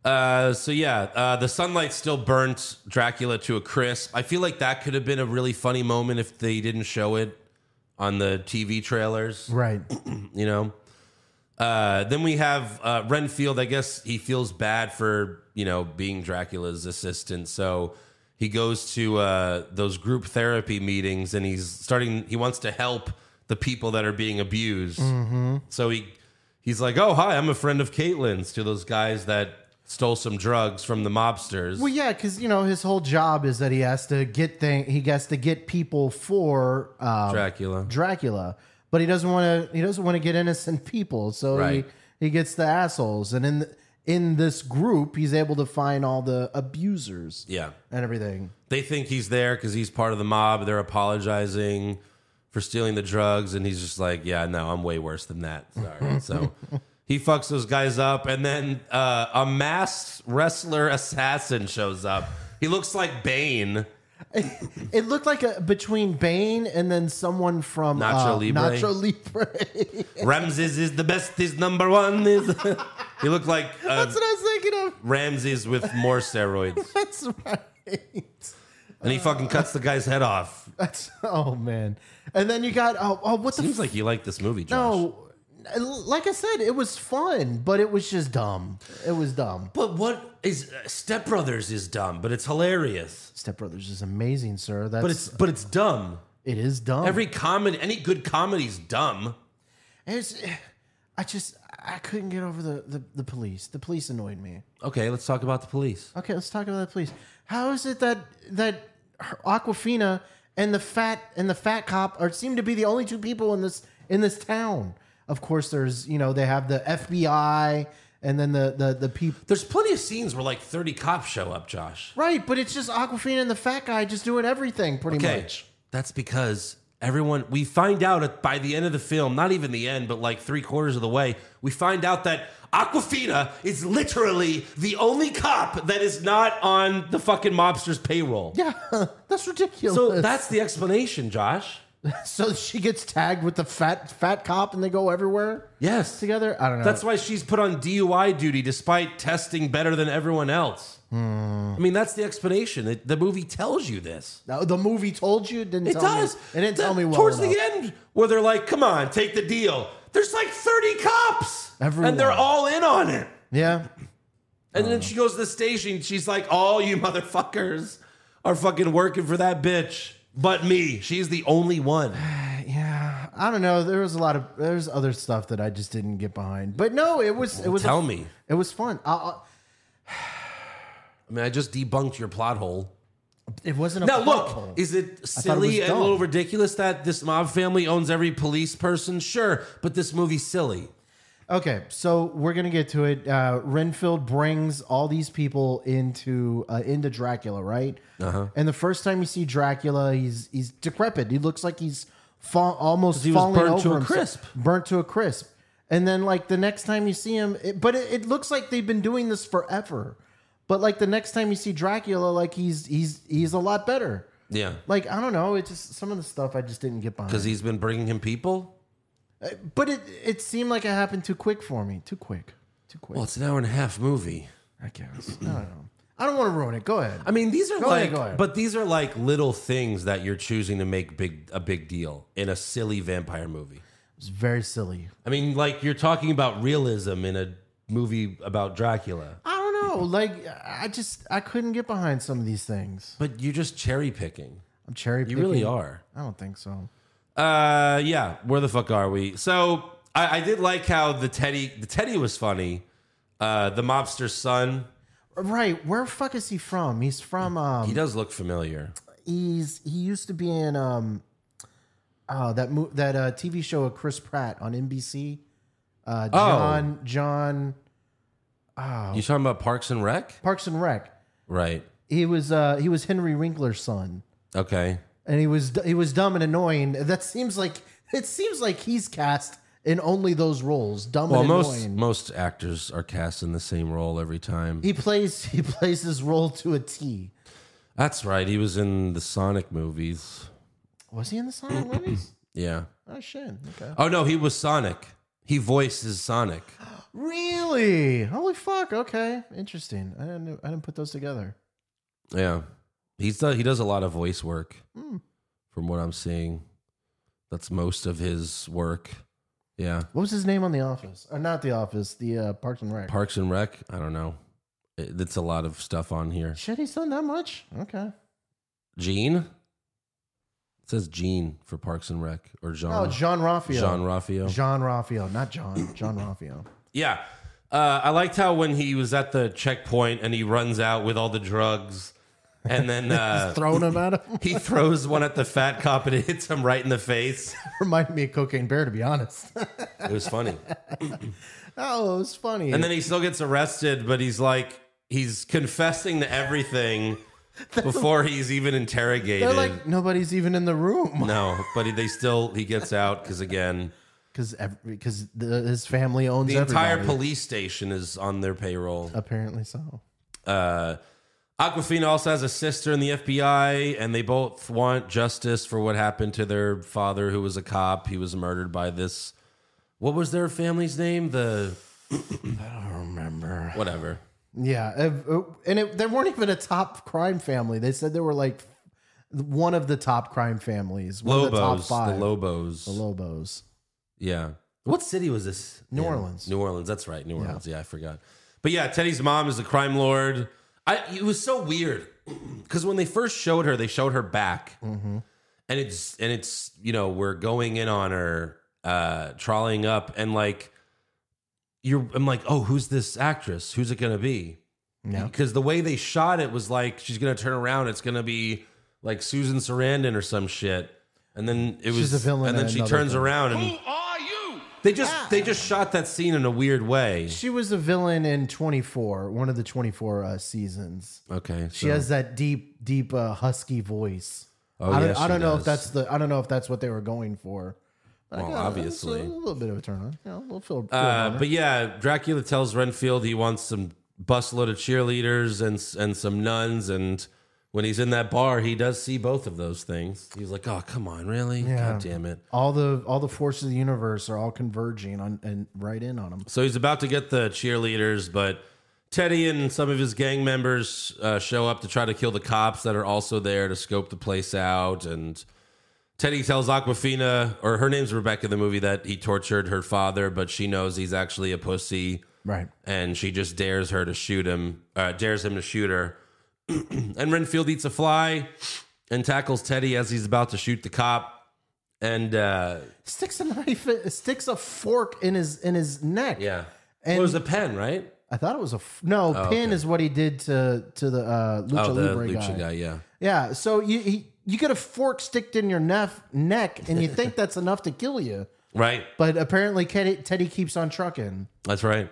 Uh, so yeah, uh, the sunlight still burnt Dracula to a crisp. I feel like that could have been a really funny moment if they didn't show it on the TV trailers.
Right.
you know. Uh, then we have uh, Renfield. I guess he feels bad for you know being Dracula's assistant, so he goes to uh, those group therapy meetings, and he's starting. He wants to help the people that are being abused.
Mm-hmm.
So he he's like, "Oh, hi, I'm a friend of Caitlin's." To those guys that stole some drugs from the mobsters.
Well, yeah, because you know his whole job is that he has to get thing. He has to get people for um,
Dracula.
Dracula, but he doesn't want to. He doesn't want to get innocent people, so
Right.
he he gets the assholes. And in the, in this group, he's able to find all the abusers
yeah.
and everything.
they think he's there because he's part of the mob. They're apologizing for stealing the drugs, and he's just like, "Yeah, no, I'm way worse than that." Sorry. so he fucks those guys up, and then uh, a masked wrestler assassin shows up. He looks like Bane.
It looked like a between Bane and then someone from
Nacho
uh,
Libre.
Nacho Libre.
Ramses is the best. He's number one. Is he looked like uh,
That's what I was thinking of.
Ramses with more steroids,
That's right.
and he fucking cuts the guy's head off.
That's oh man. And then you got oh, oh what the
Seems like you like this movie, Josh.
No, Oh, like I said, it was fun, but it was just dumb. It was dumb.
But what is uh, Step Brothers is dumb, but it's hilarious.
Step Brothers is amazing, sir. That's
But it's but it's dumb.
it is dumb.
Every comedy, any good comedy's dumb.
It's- I just I couldn't get over the, the the police. The police annoyed me.
Okay, let's talk about the police.
Okay, let's talk about the police. How is it that that her- Aquafina and the fat and the fat cop are seem to be the only two people in this in this town? Of course, there's you know they have the FBI and then the the the people.
There's plenty of scenes where like 30 cops show up, Josh.
Right, but it's just Aquafina and the fat guy just doing everything pretty
Okay,
much.
that's because everyone we find out at, by the end of the film not even the end but like three quarters of the way we find out that aquafina is literally the only cop that is not on the fucking mobster's payroll
Yeah, that's ridiculous.
so that's the explanation josh
so she gets tagged with the fat fat cop, and they go everywhere
yes
together. I don't know.
that's why she's put on dui duty despite testing better than everyone else
Hmm.
i mean that's the explanation It- the movie tells you this
No, the movie told you. Didn't
It
tell
does.
Me. It didn't
The-
tell me well
towards
enough.
the end where they're like, "Come on, take the deal." There's like 30 cops,
Everyone. Oh.
and they're all in on it.
Yeah,
And then she goes to the station. She's like, "All you motherfuckers are fucking working for that bitch, but me. She's the only one."
yeah. I don't know. There was a lot of there's other stuff that I just didn't get behind. But no, it was it was a-
Tell me.
it was fun. I, I,
I mean, I just debunked your plot hole.
it wasn't a
Now
plot
look,
hole.
is it
it was
silly and a little
dumb.
ridiculous that this mob family owns every police person? Sure, but this movie's silly.
Okay, so we're gonna get to it. Uh, Renfield brings all these people into uh, into Dracula, right? Uh-huh. And the first time you see Dracula, he's he's decrepit. He looks like he's fa- almost
he was
falling
burnt
over
to a
himself.
crisp.
burnt to a crisp. And then like the next time you see him, it, but it, it looks like they've been doing this forever. But like the next time you see Dracula, like he's he's he's a lot better.
Yeah,
Like I don't know, it's just some of the stuff I just didn't get behind.
because he's been bringing him people.
But it it seemed like it happened too quick for me. Too quick. Too quick.
Well, it's an hour and a half movie.
I guess. I don't know. I don't want to ruin it. Go ahead.
I mean, these are
Go ahead,
like,
go ahead.
but these are like little things that you're choosing to make big a big deal in a silly vampire movie.
It's very silly.
I mean, like you're talking about realism in a movie about Dracula,
I don't know. Like I just I couldn't get behind some of these things.
but you're just cherry picking.
I'm cherry
You
picking.
really are.
I don't think so.
Uh, yeah. Where the fuck are we? So I, I did like how the Teddy, the Teddy was funny. Uh, the mobster's son,
Right. Where fuck is he from? He's from um
he does look familiar.
he's he used to be in um oh that mo- that uh TV show with Chris Pratt on NBC. Uh
Oh.
John John Oh.
You talking about Parks and Rec?
Parks and Rec.
Right.
He was uh he was Henry Winkler's son.
Okay.
and he was he was dumb and annoying. That seems like it seems like he's cast in only those roles, dumb
Well,
and
most
annoying.
most actors are cast in the same role every time.
He plays he plays his role to a T.
That's right. He was in the Sonic movies.
Was he in the Sonic movies?
Yeah.
Oh shit! Okay.
Oh no, he was Sonic. He voices Sonic.
Really? Holy fuck! Okay, interesting. I didn't I didn't put those together.
Yeah. He's done, he does a lot of voice work from what I'm seeing. That's most of his work. Yeah.
What was his name on The Office? Or not The Office? The uh, Parks and Rec.
Parks and Rec, I don't know. It- It's a lot of stuff on here.
shit, he's done that much? Okay.
Gene? It says Gene for Parks and Rec or Jean.
Oh, John Raphael.
Jean Raphael.
John Raphael, not John. John Raphael.
Yeah. Uh, I liked how when he was at the checkpoint and he runs out with all the drugs and then uh,
Throwing him at him
he throws one at the fat cop and it hits him right in the face.
reminded me of Cocaine Bear, to be honest.
It was funny.
Oh, it was funny.
And then he still gets arrested, but he's like, he's confessing to everything before he's even interrogated.
they're like, nobody's even in the room
no, but he- they still, he gets out because again,
because because his family owns
the entire
everybody.
police station is on their payroll.
Apparently so.
Aquafina also has a sister in the FBI, and they both want justice for what happened to their father, who was a cop. He was murdered by this. What was their family's name? The
I remember.
whatever.
Yeah, uh, uh, and it, they weren't even a top crime family. They said they were like one of the top crime families, one of the top
Lobos. The,
five.
Lobos.
Lobos.
yeah. What city was this?
New
in?
Orleans.
New Orleans. That's right. New Orleans. Yeah, I forgot. But yeah, Teddy's mom is a crime lord. I, it was so weird because when they first showed her, they showed her back,
Mm-hmm.
and it's and it's you know we're going in on her, uh, trawling up, and like you're, I'm like, oh, who's this actress? Who's it gonna be?
Yeah.
because the way they shot it was like she's gonna turn around, it's gonna be like Susan Sarandon or some shit, and then it was,
She's a villain
and then
in
she
another
turns
thing.
around and
are you?
they just they just shot that scene in a weird way.
She was a villain in 24, one of the 24 uh, seasons.
Okay, so
She has that deep, deep uh, husky voice.
Oh,
I don't,
yes,
I
she
don't know
does.
if that's the I don't know if that's what they were going for. But I
Well,
got- it's
obviously.
a little bit of a turn on. Yeah, a little feel. feel
Uh,
honor.
but yeah, Dracula tells Renfield he wants some busload of cheerleaders and and some nuns, and when he's in that bar, he does see both of those things. He's like, "Oh, come on, really?
Yeah.
God damn it!"
all the all the forces of the universe are all converging on and right in on him.
So he's about to get the cheerleaders, but Teddy and some of his gang members uh, show up to try to kill the cops that are also there to scope the place out. And Teddy tells Aquafina, or her name's Rebecca in the movie, that he tortured her father, but she knows he's actually a pussy.
Right.
and she just dares her to shoot him, uh, dares him to shoot her. and Renfield eats a fly and tackles Teddy as he's about to shoot the cop. And uh,
Sticks a knife. Sticks a fork in his in his neck.
yeah,
And-
it was a pen, right?
I thought it was a f- no pin is what he did to to the uh, lucha
Oh, the
libre
Lucha
guy.
guy. yeah.
Yeah. So you he, you get a fork sticked in your nef- neck, and you think that's enough to kill you,
Right,
but apparently Teddy, Teddy keeps on trucking.
that's right.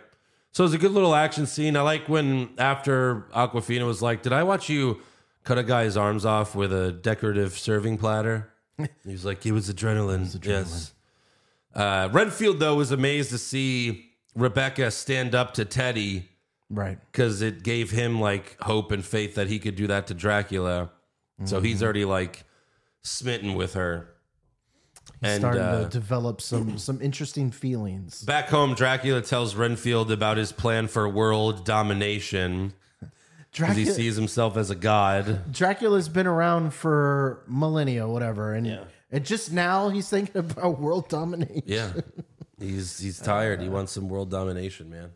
So it's a good little action scene. I like when after Aquafina was like, "Did I watch you cut a guy's arms off with a decorative serving platter?" he was like, "It was adrenaline." Yes. Uh, Renfield though was amazed to see Rebecca stand up to Teddy
Right.
because it gave him like hope and faith that he could do that to Dracula. So he's already like smitten with her. and
Starting
uh,
to develop some some interesting feelings.
back home, Dracula tells Renfield about his plan for world domination because he
Dracula,
sees himself as a god.
Dracula's been around for millennia, whatever, and and just now he's thinking about world domination.
Yeah, he's he's tired. He wants some world domination, man.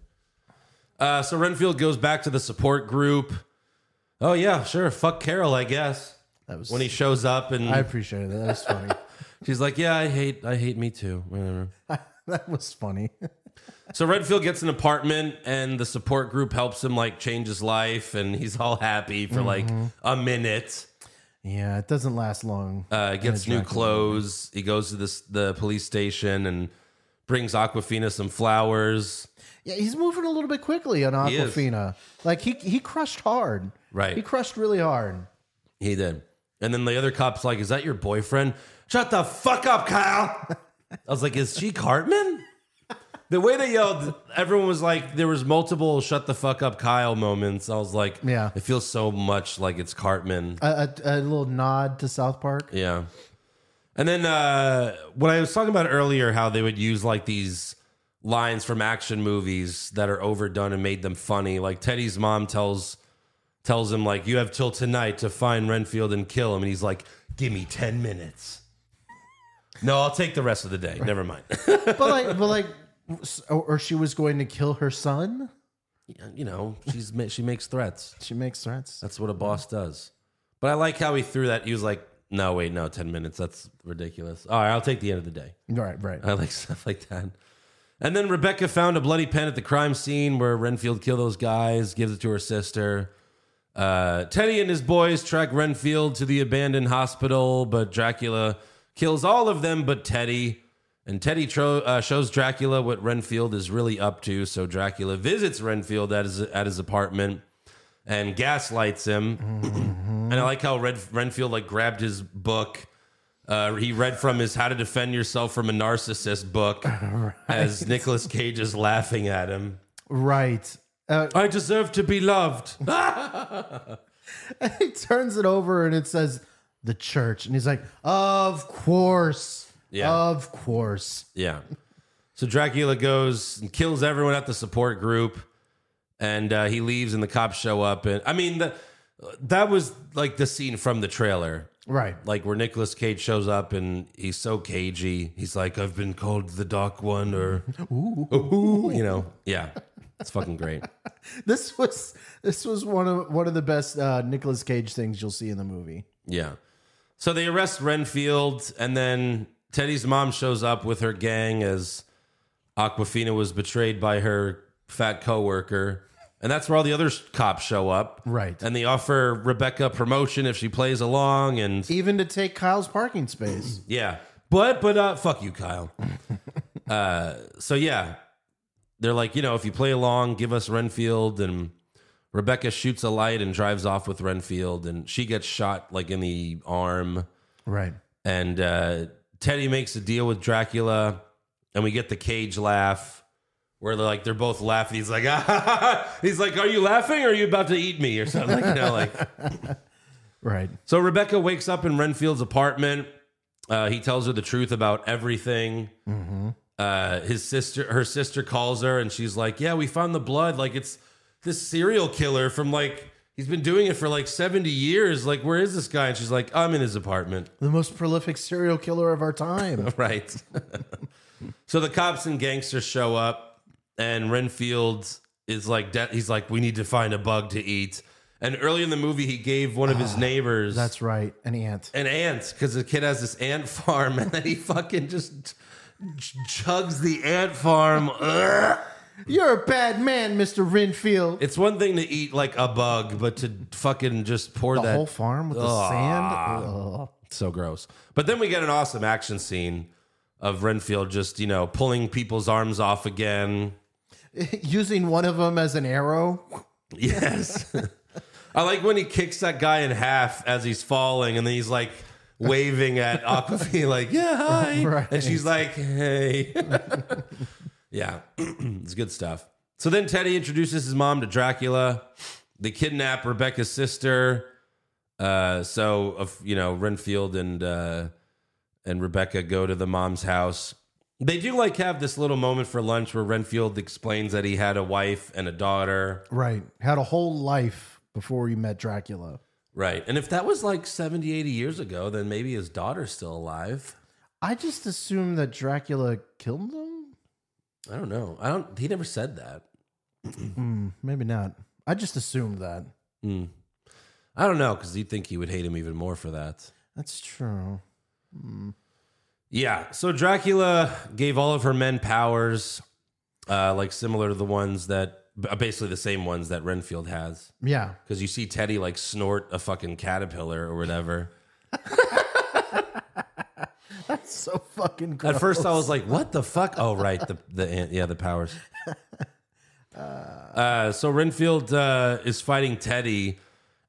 Uh, so Renfield goes back to the support group. Oh yeah, sure. Fuck Carol, I guess.
That was
When he shows up and
I appreciated that. That was funny.
she's like, "Yeah, I hate, I hate me too." Whatever.
that was funny.
So Redfield gets an apartment, and the support group helps him like change his life, and he's all happy for like a minute.
Yeah, it doesn't last long.
Uh, gets new clothes. He goes to this the police station and brings Aquafina some flowers.
Yeah, he's moving a little bit quickly on
He is.
Aquafina. Like he he crushed hard.
Right.
He crushed really hard.
He did, and then the other cop's like, "Is that your boyfriend?" Shut the fuck up, Kyle. I was like, "Is she Cartman?" The way they yelled, everyone was like, there was multiple "shut the fuck up, Kyle" moments. I was like,
Yeah.
it feels so much like it's Cartman."
A, a, a little nod to South Park.
Yeah. And then uh what I was talking about earlier, how they would use like these lines from action movies that are overdone and made them funny. Like Teddy's mom tells tells him like you have till tonight to find Renfield and kill him, and he's like, Give me ten minutes. No, I'll take the rest of the day. Never mind.
But like, but like, or, or she was going to kill her son.
you know, she's ma- she makes threats.
She makes threats.
That's what a boss does. But I like how he threw that. He was like, No, wait, no, ten minutes. That's ridiculous. All right, I'll take the end of the day.
Right, right.
I like stuff like that. And then Rebecca found a bloody pen at the crime scene where Renfield killed those guys, gives it to her sister. Uh, Teddy and his boys track Renfield to the abandoned hospital, but Dracula kills all of them but Teddy. And Teddy tro- uh, shows Dracula what Renfield is really up to. So Dracula visits Renfield at his, at his apartment and gaslights him. and I like how Red- Renfield like grabbed his book. Uh, he read from his "How to Defend Yourself from a Narcissist" book as Nicolas Cage is laughing at him.
Right. Uh,
I deserve to be loved.
he turns it over and it says the church, and he's like, "Of course,
Yeah.
of course."
yeah. So Dracula goes and kills everyone at the support group, and uh, he leaves, and the cops show up. And I mean, the, that was like the scene from the trailer.
Right.
like where Nicolas Cage shows up and he's so cagey. He's like, I've been called the Dark One or, Ooh, you know, yeah, it's fucking great.
This was this was one of one of the best uh, Nicolas Cage things you'll see in the movie.
Yeah. So they arrest Renfield and then Teddy's mom shows up with her gang as Aquafina was betrayed by her fat coworker. And that's where all the other s- cops show up.
Right.
And they offer Rebecca promotion if she plays along and
Even to take Kyle's parking space.
Yeah. But but uh fuck you, Kyle. uh so yeah. They're like, you know, if you play along, give us Renfield and Rebecca shoots a light and drives off with Renfield and she gets shot like in the arm.
Right.
and uh, Teddy makes a deal with Dracula, and we get the cage laugh where they're like they're both laughing. He's like, ah, he's like, are you laughing or are you about to eat me or something? Like, you know, like
Right.
so. Rebecca wakes up in Renfield's apartment. Uh, he tells her the truth about everything. Uh, his sister, her sister, calls her, and she's like, "Yeah, we found the blood. Like, it's this serial killer from like." He's been doing it for like 70 years. Like, where is this guy? And she's like, I'm in his apartment.
The most prolific serial killer of our time.
Right. so the cops and gangsters show up, and Renfield is like, de- he's like, we need to find a bug to eat. And early in the movie, he gave one of his neighbors
Ah, That's right. An ant.
an ant because the kid has this ant farm, and then he fucking just ch- chugs the ant farm. Ugh.
You're a bad man, Mr. Renfield.
It's one thing to eat like a bug, but to fucking just pour
the
that
whole farm with the
Ugh.
sand. Ugh.
So gross. But then we get an awesome action scene of Renfield just, you know, pulling people's arms off again.
Using one of them as an arrow.
Yes. I like when he kicks that guy in half as he's falling, and then he's like waving at Aquafina, like, yeah, hi.
Right.
And she's like, hey. yeah, it's good stuff. So then Teddy introduces his mom to Dracula. They kidnap Rebecca's sister. Uh, so, of you know, Renfield and uh, and Rebecca go to the mom's house. They do like have this little moment for lunch where Renfield explains that he had a wife and a daughter.
Right. Had a whole life before he met Dracula.
Right. And if that was like 70, 80 years ago, then maybe his daughter's still alive.
I just assume that Dracula killed him.
I don't know. I don't he never said that.
Hmm, maybe not. I just assumed that.
Hmm. I don't know cuz you'd think he would hate him even more for that.
That's true.
Yeah. So Dracula gave all of her men powers uh like similar to the ones that b- uh, basically the same ones that Renfield has
Yeah.
cuz you see Teddy like snort a fucking caterpillar or whatever.
So fucking gross.
At first, I was like, "What the fuck?" Oh, right, the the ant- yeah, the powers. Uh, so Renfield uh, is fighting Teddy,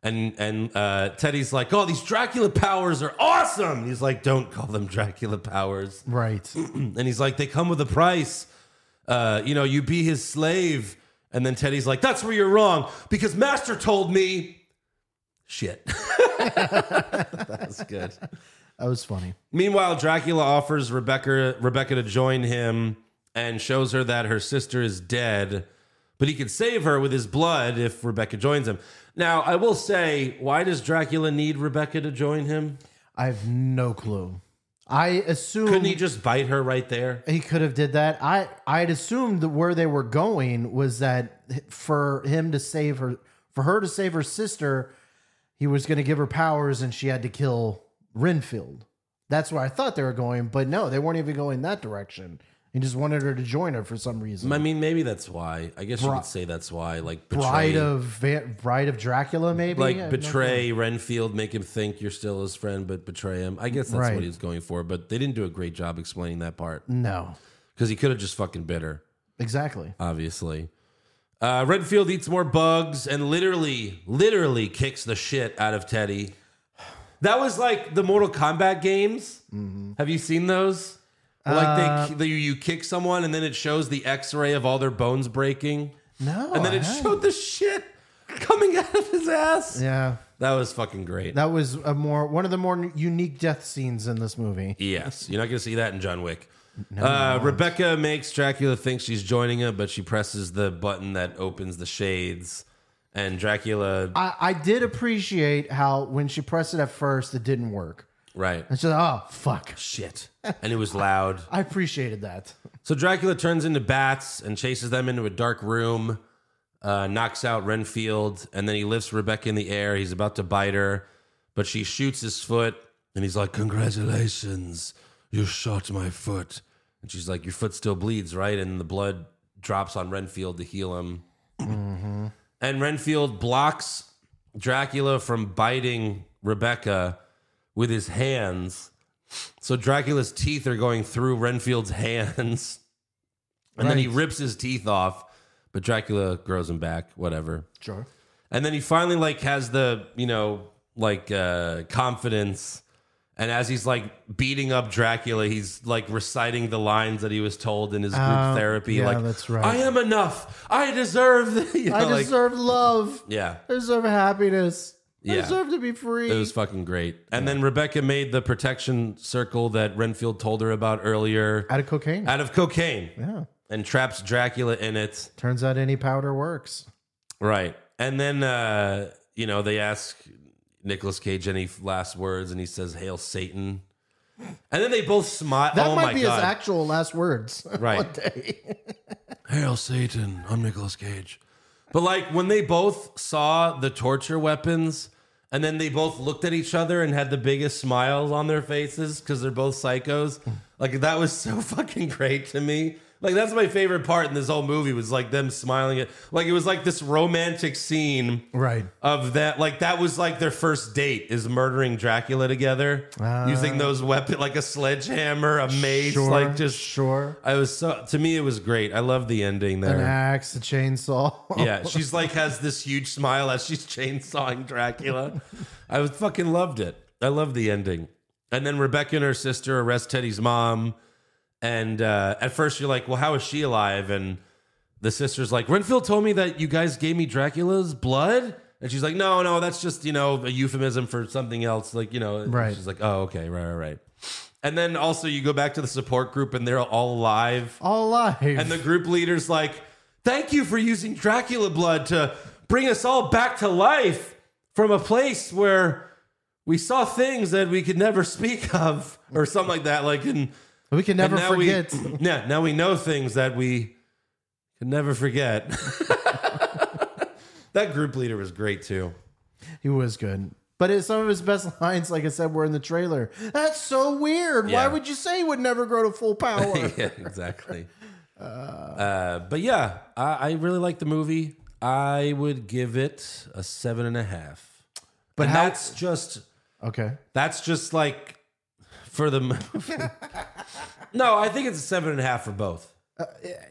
and and uh, Teddy's like, "Oh, these Dracula powers are awesome." He's like, "Don't call them Dracula powers,"
Right.
and he's like, "They come with a price. Uh, you know, you be his slave." And then Teddy's like, "That's where you're wrong because Master told me." Shit, that's good.
That was funny.
Meanwhile, Dracula offers Rebecca Rebecca to join him and shows her that her sister is dead, but he can save her with his blood if Rebecca joins him. Now, I will say, why does Dracula need Rebecca to join him?
I have no clue. I assume
Couldn't he just bite her right there?
he could have did that. I I had assumed that where they were going was that for him to save her, for her to save her sister, he was going to give her powers, and she had to kill Renfield. That's where I thought they were going, but no, they weren't even going that direction. He just wanted her to join her for some reason.
I mean, maybe that's why. I guess you
Bri-
could say that's why. Like
Bride
betray,
of Va- Bride of Dracula, maybe I
like
have no
betray Renfield, make him think you're still his friend, but betray him. I guess that's
Right.
what he was going for. But they didn't do a great job explaining that part
clue. No,
because he could have just fucking bit her.
exactly.
obviously. Uh, Renfield eats more bugs and literally, literally kicks the shit out of Teddy. That was like the Mortal Kombat games. Have you seen those? Where, like they, they, you kick someone and then it shows the X-ray of all their bones breaking,
No,
and then
I
it
haven't.
showed the shit coming out of his ass.
yeah.
That was fucking great.
That was a more one of the more unique death scenes in this movie.
Yes, you're not going to see that in John Wick. uh, Rebecca makes Dracula think she's joining him, but she presses the button that opens the shades, and Dracula.
I, I did appreciate how when she pressed it at first, it didn't work.
right.
It's just oh fuck.
Shit. And it was loud.
I appreciated that.
So Dracula turns into bats and chases them into a dark room, uh, knocks out Renfield, and then he lifts Rebecca in the air. He's about to bite her, but she shoots his foot, and he's like, Congratulations, you shot my foot. And she's like, Your foot still bleeds, right? And the blood drops on Renfield to heal him. And Renfield blocks Dracula from biting Rebecca with his hands. So Dracula's teeth are going through Renfield's hands. And then he rips his teeth off, but Dracula grows them back, whatever.
Sure.
And then he finally like has the, you know, like uh confidence And as he's like beating up Dracula, he's like reciting the lines that he was told in his group
Oh,
therapy.
yeah,
like,
that's right.
I am enough. I deserve. This. You know,
I
like-
deserve love.
yeah.
I deserve happiness. I
Yeah.
deserve to be free.
It was fucking great. And then Rebecca made the protection circle that Renfield told her about earlier
Out of cocaine.
out of cocaine
yeah.
and traps Dracula in it.
Turns out any powder works.
Right. And then, uh, you know, they ask Nicolas Cage any last words and he says, Hail Satan. And then they both smile.
That
oh my
might be
God.
his actual last words.
Right.
One day.
Hail Satan, I'm Nicolas Cage. But like when they both saw the torture weapons and then they both looked at each other and had the biggest smiles on their faces because they're both psychos.
Hmm.
Like that was so fucking great to me. Like that's my favorite part in this whole movie was like them smiling at like it was like this romantic scene
Right.
of that like that was like their first date is murdering Dracula together
Uh.
using those weapon like a sledgehammer, a mace,
Sure,
like just
sure.
I was so to me it was great. I love the ending
An
there.
axe, a chainsaw.
Yeah, she's like has this huge smile as she's chainsawing Dracula. I was fucking loved it. I love the ending. And then Rebecca and her sister arrest Teddy's mom. And uh, at first you're like, well, how is she alive? And the sister's like, Renfield told me that you guys gave me Dracula's blood. And she's like, no, no, that's just, you know, a euphemism for something else. Like, you know, and
Right.
she's like, oh, okay, right, right, right. And then also you go back to the support group and they're all alive.
All alive.
And the group leader's like, thank you for using Dracula blood to bring us all back to life from a place where we saw things that we could never speak of or something like that. Like, and,
we can
and
never
now
forget.
We, yeah, now we know things that we can never forget. that group leader was great too.
he was good. But it, some of his best lines, like I said, were in the trailer. That's so weird.
Yeah.
Why would you say he would never grow to full power?
yeah, exactly. Uh, but yeah, I, I really like the movie. I would give it a seven and a half. But
how-
that's just
Okay.
That's just like for the movie. no, I think it's a seven and a half for both.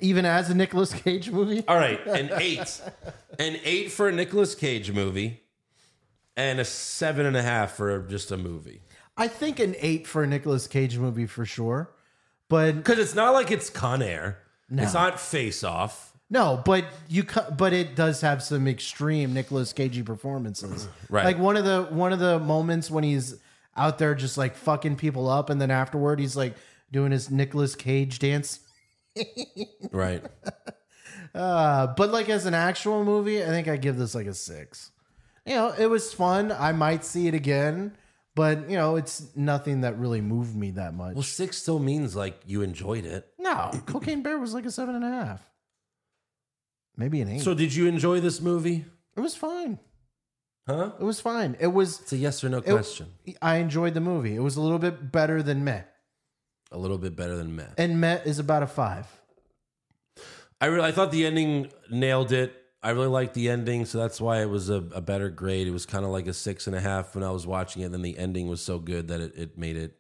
Even as a Nicolas Cage movie?
All right, an eight, an eight for a Nicolas Cage movie, and a seven and a half for just a movie.
I think an eight for a Nicolas Cage movie for sure. But
Because it's not like it's Con Air. It's not Face Off.
no, but you cu- but it does have some extreme Nicolas Cagey performances.
Right.
Like one of the one of the moments when he's out there just like fucking people up and then afterward he's like doing his Nicolas Cage dance.
Right.
Uh, but like as an actual movie, I think I give this like a six. You know, it was fun. I might see it again, but you know, it's nothing that really moved me that much.
Well, six still means like you enjoyed it.
No, Cocaine Bear was like a seven and a half, maybe an eight.
So, did you enjoy this movie?
it was fine.
Huh?
It was fine. It was.
It's a yes or no
it-
question.
I enjoyed the movie. It was a little bit better than Meh,
A little bit better than Matt.
and Meh is about a five.
I really, I thought the ending nailed it. I really liked the ending, so that's why it was a, a better grade. It was kind of like a six and a half when I was watching it. And then the ending was so good that it, it made it.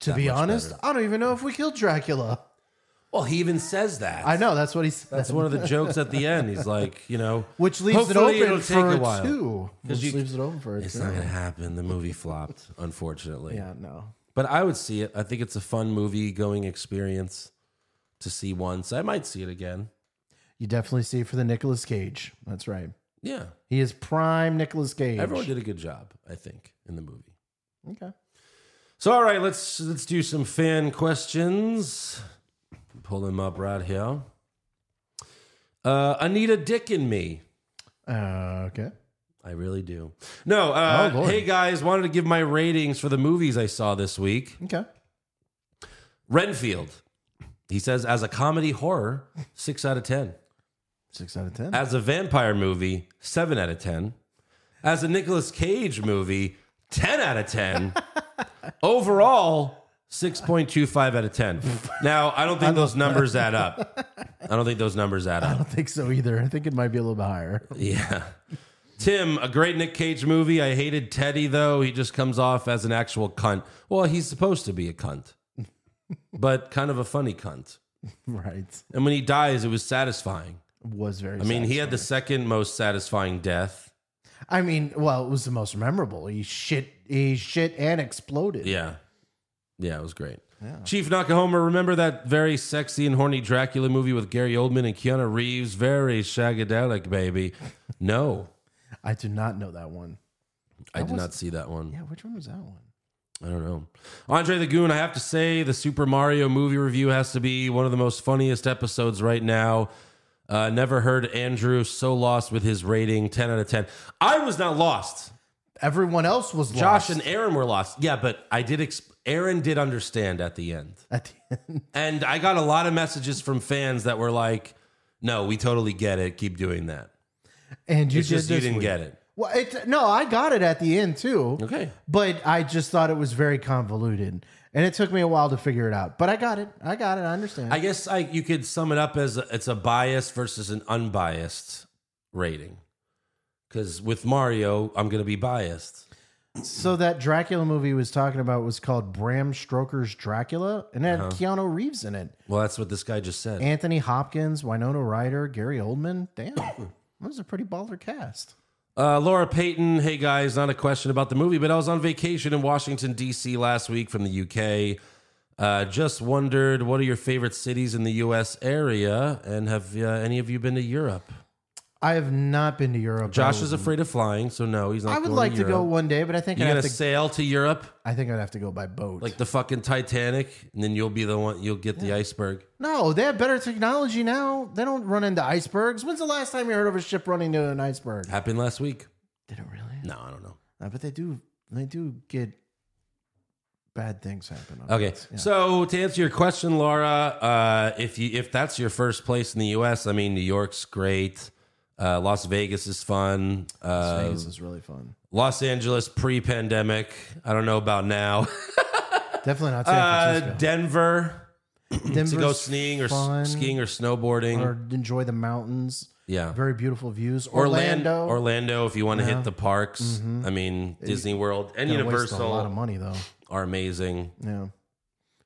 To
That
be
much
honest,
better.
I don't even know if we killed Dracula.
Well, he even says that.
I know that's what he said.
That's one of the jokes at the end. He's like, you know,
which leaves it
hopefully
open
it'll take
for
a
a
while.
two.
'Cause
Which
you-
leaves it open for a
It's
two.
not gonna happen. The movie flopped, unfortunately.
yeah, no.
But I would see it. I think it's a fun movie going experience to see once. I might see it again.
You definitely see it for the Nicolas Cage. That's right.
Yeah,
He is prime Nicolas Cage.
everyone did a good job, I think, in the movie.
Okay.
So all right, let's let's do some fan questions. Pull them up right here. Uh, Anita Dick and me.
Uh, okay.
I really do. No, uh,
Oh, Lord.
hey guys, wanted to give my ratings for the movies I saw this week.
Okay.
Renfield. He says, as a comedy horror, six out of ten.
Six out of ten.
As a vampire movie, seven out of ten. As a Nicolas Cage movie, ten out of ten. Overall, six point two five out of ten. Now, I don't think those numbers add up. I don't think those numbers add
I
up.
don't think so either. I think it might be a little bit higher.
Yeah. Tim, a great Nick Cage movie. I hated Teddy though. He just comes off as an actual cunt. Well, he's supposed to be a cunt, but kind of a funny cunt.
right.
And when he dies, it was satisfying.
Was very.
I mean, he had the second most satisfying death.
I mean, well, it was the most memorable. He shit, he shit and exploded.
Yeah. Yeah, it was great. Chief Nakahoma, remember that very sexy and horny Dracula movie with Gary Oldman and Keanu Reeves? Very shagadelic, baby. No,
I do not know that one.
I did not see that one.
Yeah, which one was that one?
I don't know. Andre the Goon, I have to say, the Super Mario movie review has to be one of the most funniest episodes right now. Uh, never heard Andrew so lost with his rating 10 out of 10. I was not lost.
Everyone else was
Josh
lost
and Aaron were lost. Yeah, but I did. Exp- Aaron did understand at the end.
at the end.
And I got a lot of messages from fans that were like, "No, we totally get it. Keep doing that."
And you
It's
did
just you
this
didn't
week.
get it.
Well, it, no, I got it at the end too.
Okay.
But I just thought it was very convoluted, and it took me a while to figure it out. But I got it. I got it. I understand.
I guess I, you could sum it up as a, it's a biased versus an unbiased rating. Because with Mario, I'm going to be biased.
so that Dracula movie was talking about was called Bram Stoker's Dracula, and it had
Uh-huh.
Keanu Reeves in it,
Well, that's what this guy just said.
Anthony Hopkins, Winona Ryder, Gary Oldman. Damn, that was a pretty baller cast.
Uh, Laura Payton, hey guys, not a question about the movie, but I was on vacation in Washington, D.C. last week from the UK. Uh, just wondered, what are your favorite cities in the U.S. area? And have uh, any of you been to Europe?
I have not been to Europe.
Josh
I
is
would-
afraid of flying, so no, he's not.
I would
going
like to go
Europe.
one day, but I think
You
I'd
gonna
have to.
sail to Europe
I think I'd have to go by boat.
like the fucking Titanic, and then you'll be the one. You'll get the iceberg.
No, they have better technology now. They don't run into icebergs. When's the last time you heard of a ship running into an iceberg?
Happened last week.
Did it really?
No, I don't know.
Uh, but they do. They do get bad things happen. on
Okay,
boats. Yeah.
so to answer your question, Laura, uh, if you if that's your first place in the U.S., I mean, New York's great. Uh, Las Vegas is fun. Uh,
Vegas is really fun.
Los Angeles pre-pandemic. I don't know about now.
Definitely not
Uh,
San Francisco.
Denver
Denver's
to go skiing or s-
fun,
skiing or snowboarding.
or enjoy the mountains.
yeah,
Very beautiful views.
Orlan-
Orlando. Uh-huh.
Orlando, if you want to hit the parks. I mean, Disney World and
Gonna waste a lot
Universal
of money though.
are amazing.
Yeah.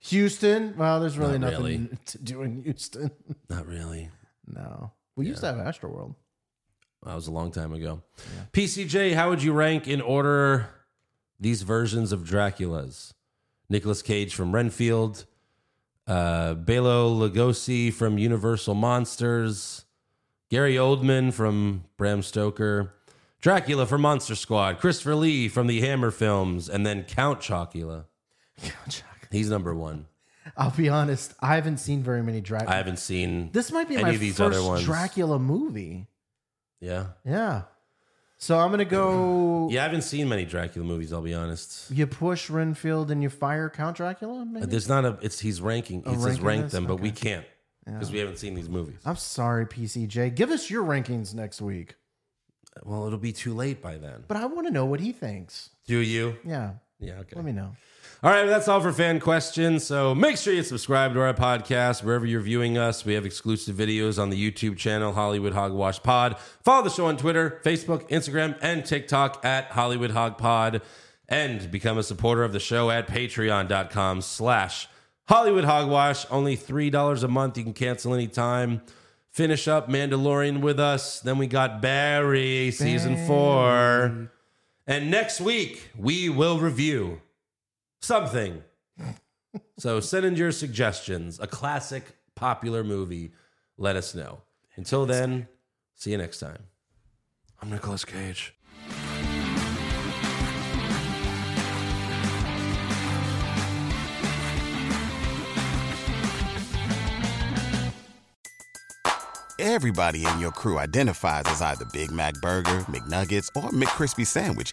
Houston. Well, there's really
Not
nothing
really.
to do in Houston.
Not really.
no. We used to have Astroworld.
That was a long time ago. PCJ, how would you rank in order these versions of Dracula's? Nicolas Cage from Renfield, uh, Belo Lugosi from Universal Monsters, Gary Oldman from Bram Stoker, Dracula from Monster Squad, Christopher Lee from the Hammer films, and then Count Chocula. He's number one.
I'll be honest. I haven't seen very many Dracula.
I haven't seen
This might be
any
my
of these
first
other ones.
Dracula movie.
Yeah,
Yeah. So I'm gonna go.
yeah, I haven't seen many Dracula movies. I'll be honest.
You push Renfield and you fire Count Dracula. Maybe?
There's not a. It's he's Oh, ranking. He says
ranking
rank
this?
them, but we can't because we haven't seen these movies.
I'm sorry, PCJ. Give us your rankings next week.
Well, it'll be too late by then.
But I want to know what he thinks.
Do you?
Yeah.
Yeah. Okay.
Let me know.
All right, well, that's all for fan questions. So make sure you subscribe to our podcast wherever you're viewing us. We have exclusive videos on the YouTube channel Hollywood Hogwash Pod. Follow the show on Twitter, Facebook, Instagram, and TikTok at Hollywood Hog Pod, and become a supporter of the show at Patreon.com/slash Hollywood Hogwash. Only three dollars a month. You can cancel anytime. Finish up Mandalorian with us. Then we got Barry season four, and next week we will review something. so send in your suggestions. A classic, popular movie. Let us know. Until then, see you next time. I'm Nicolas Cage.
Everybody in your crew identifies as either Big Mac Burger, McNuggets, or McCrispy Sandwich.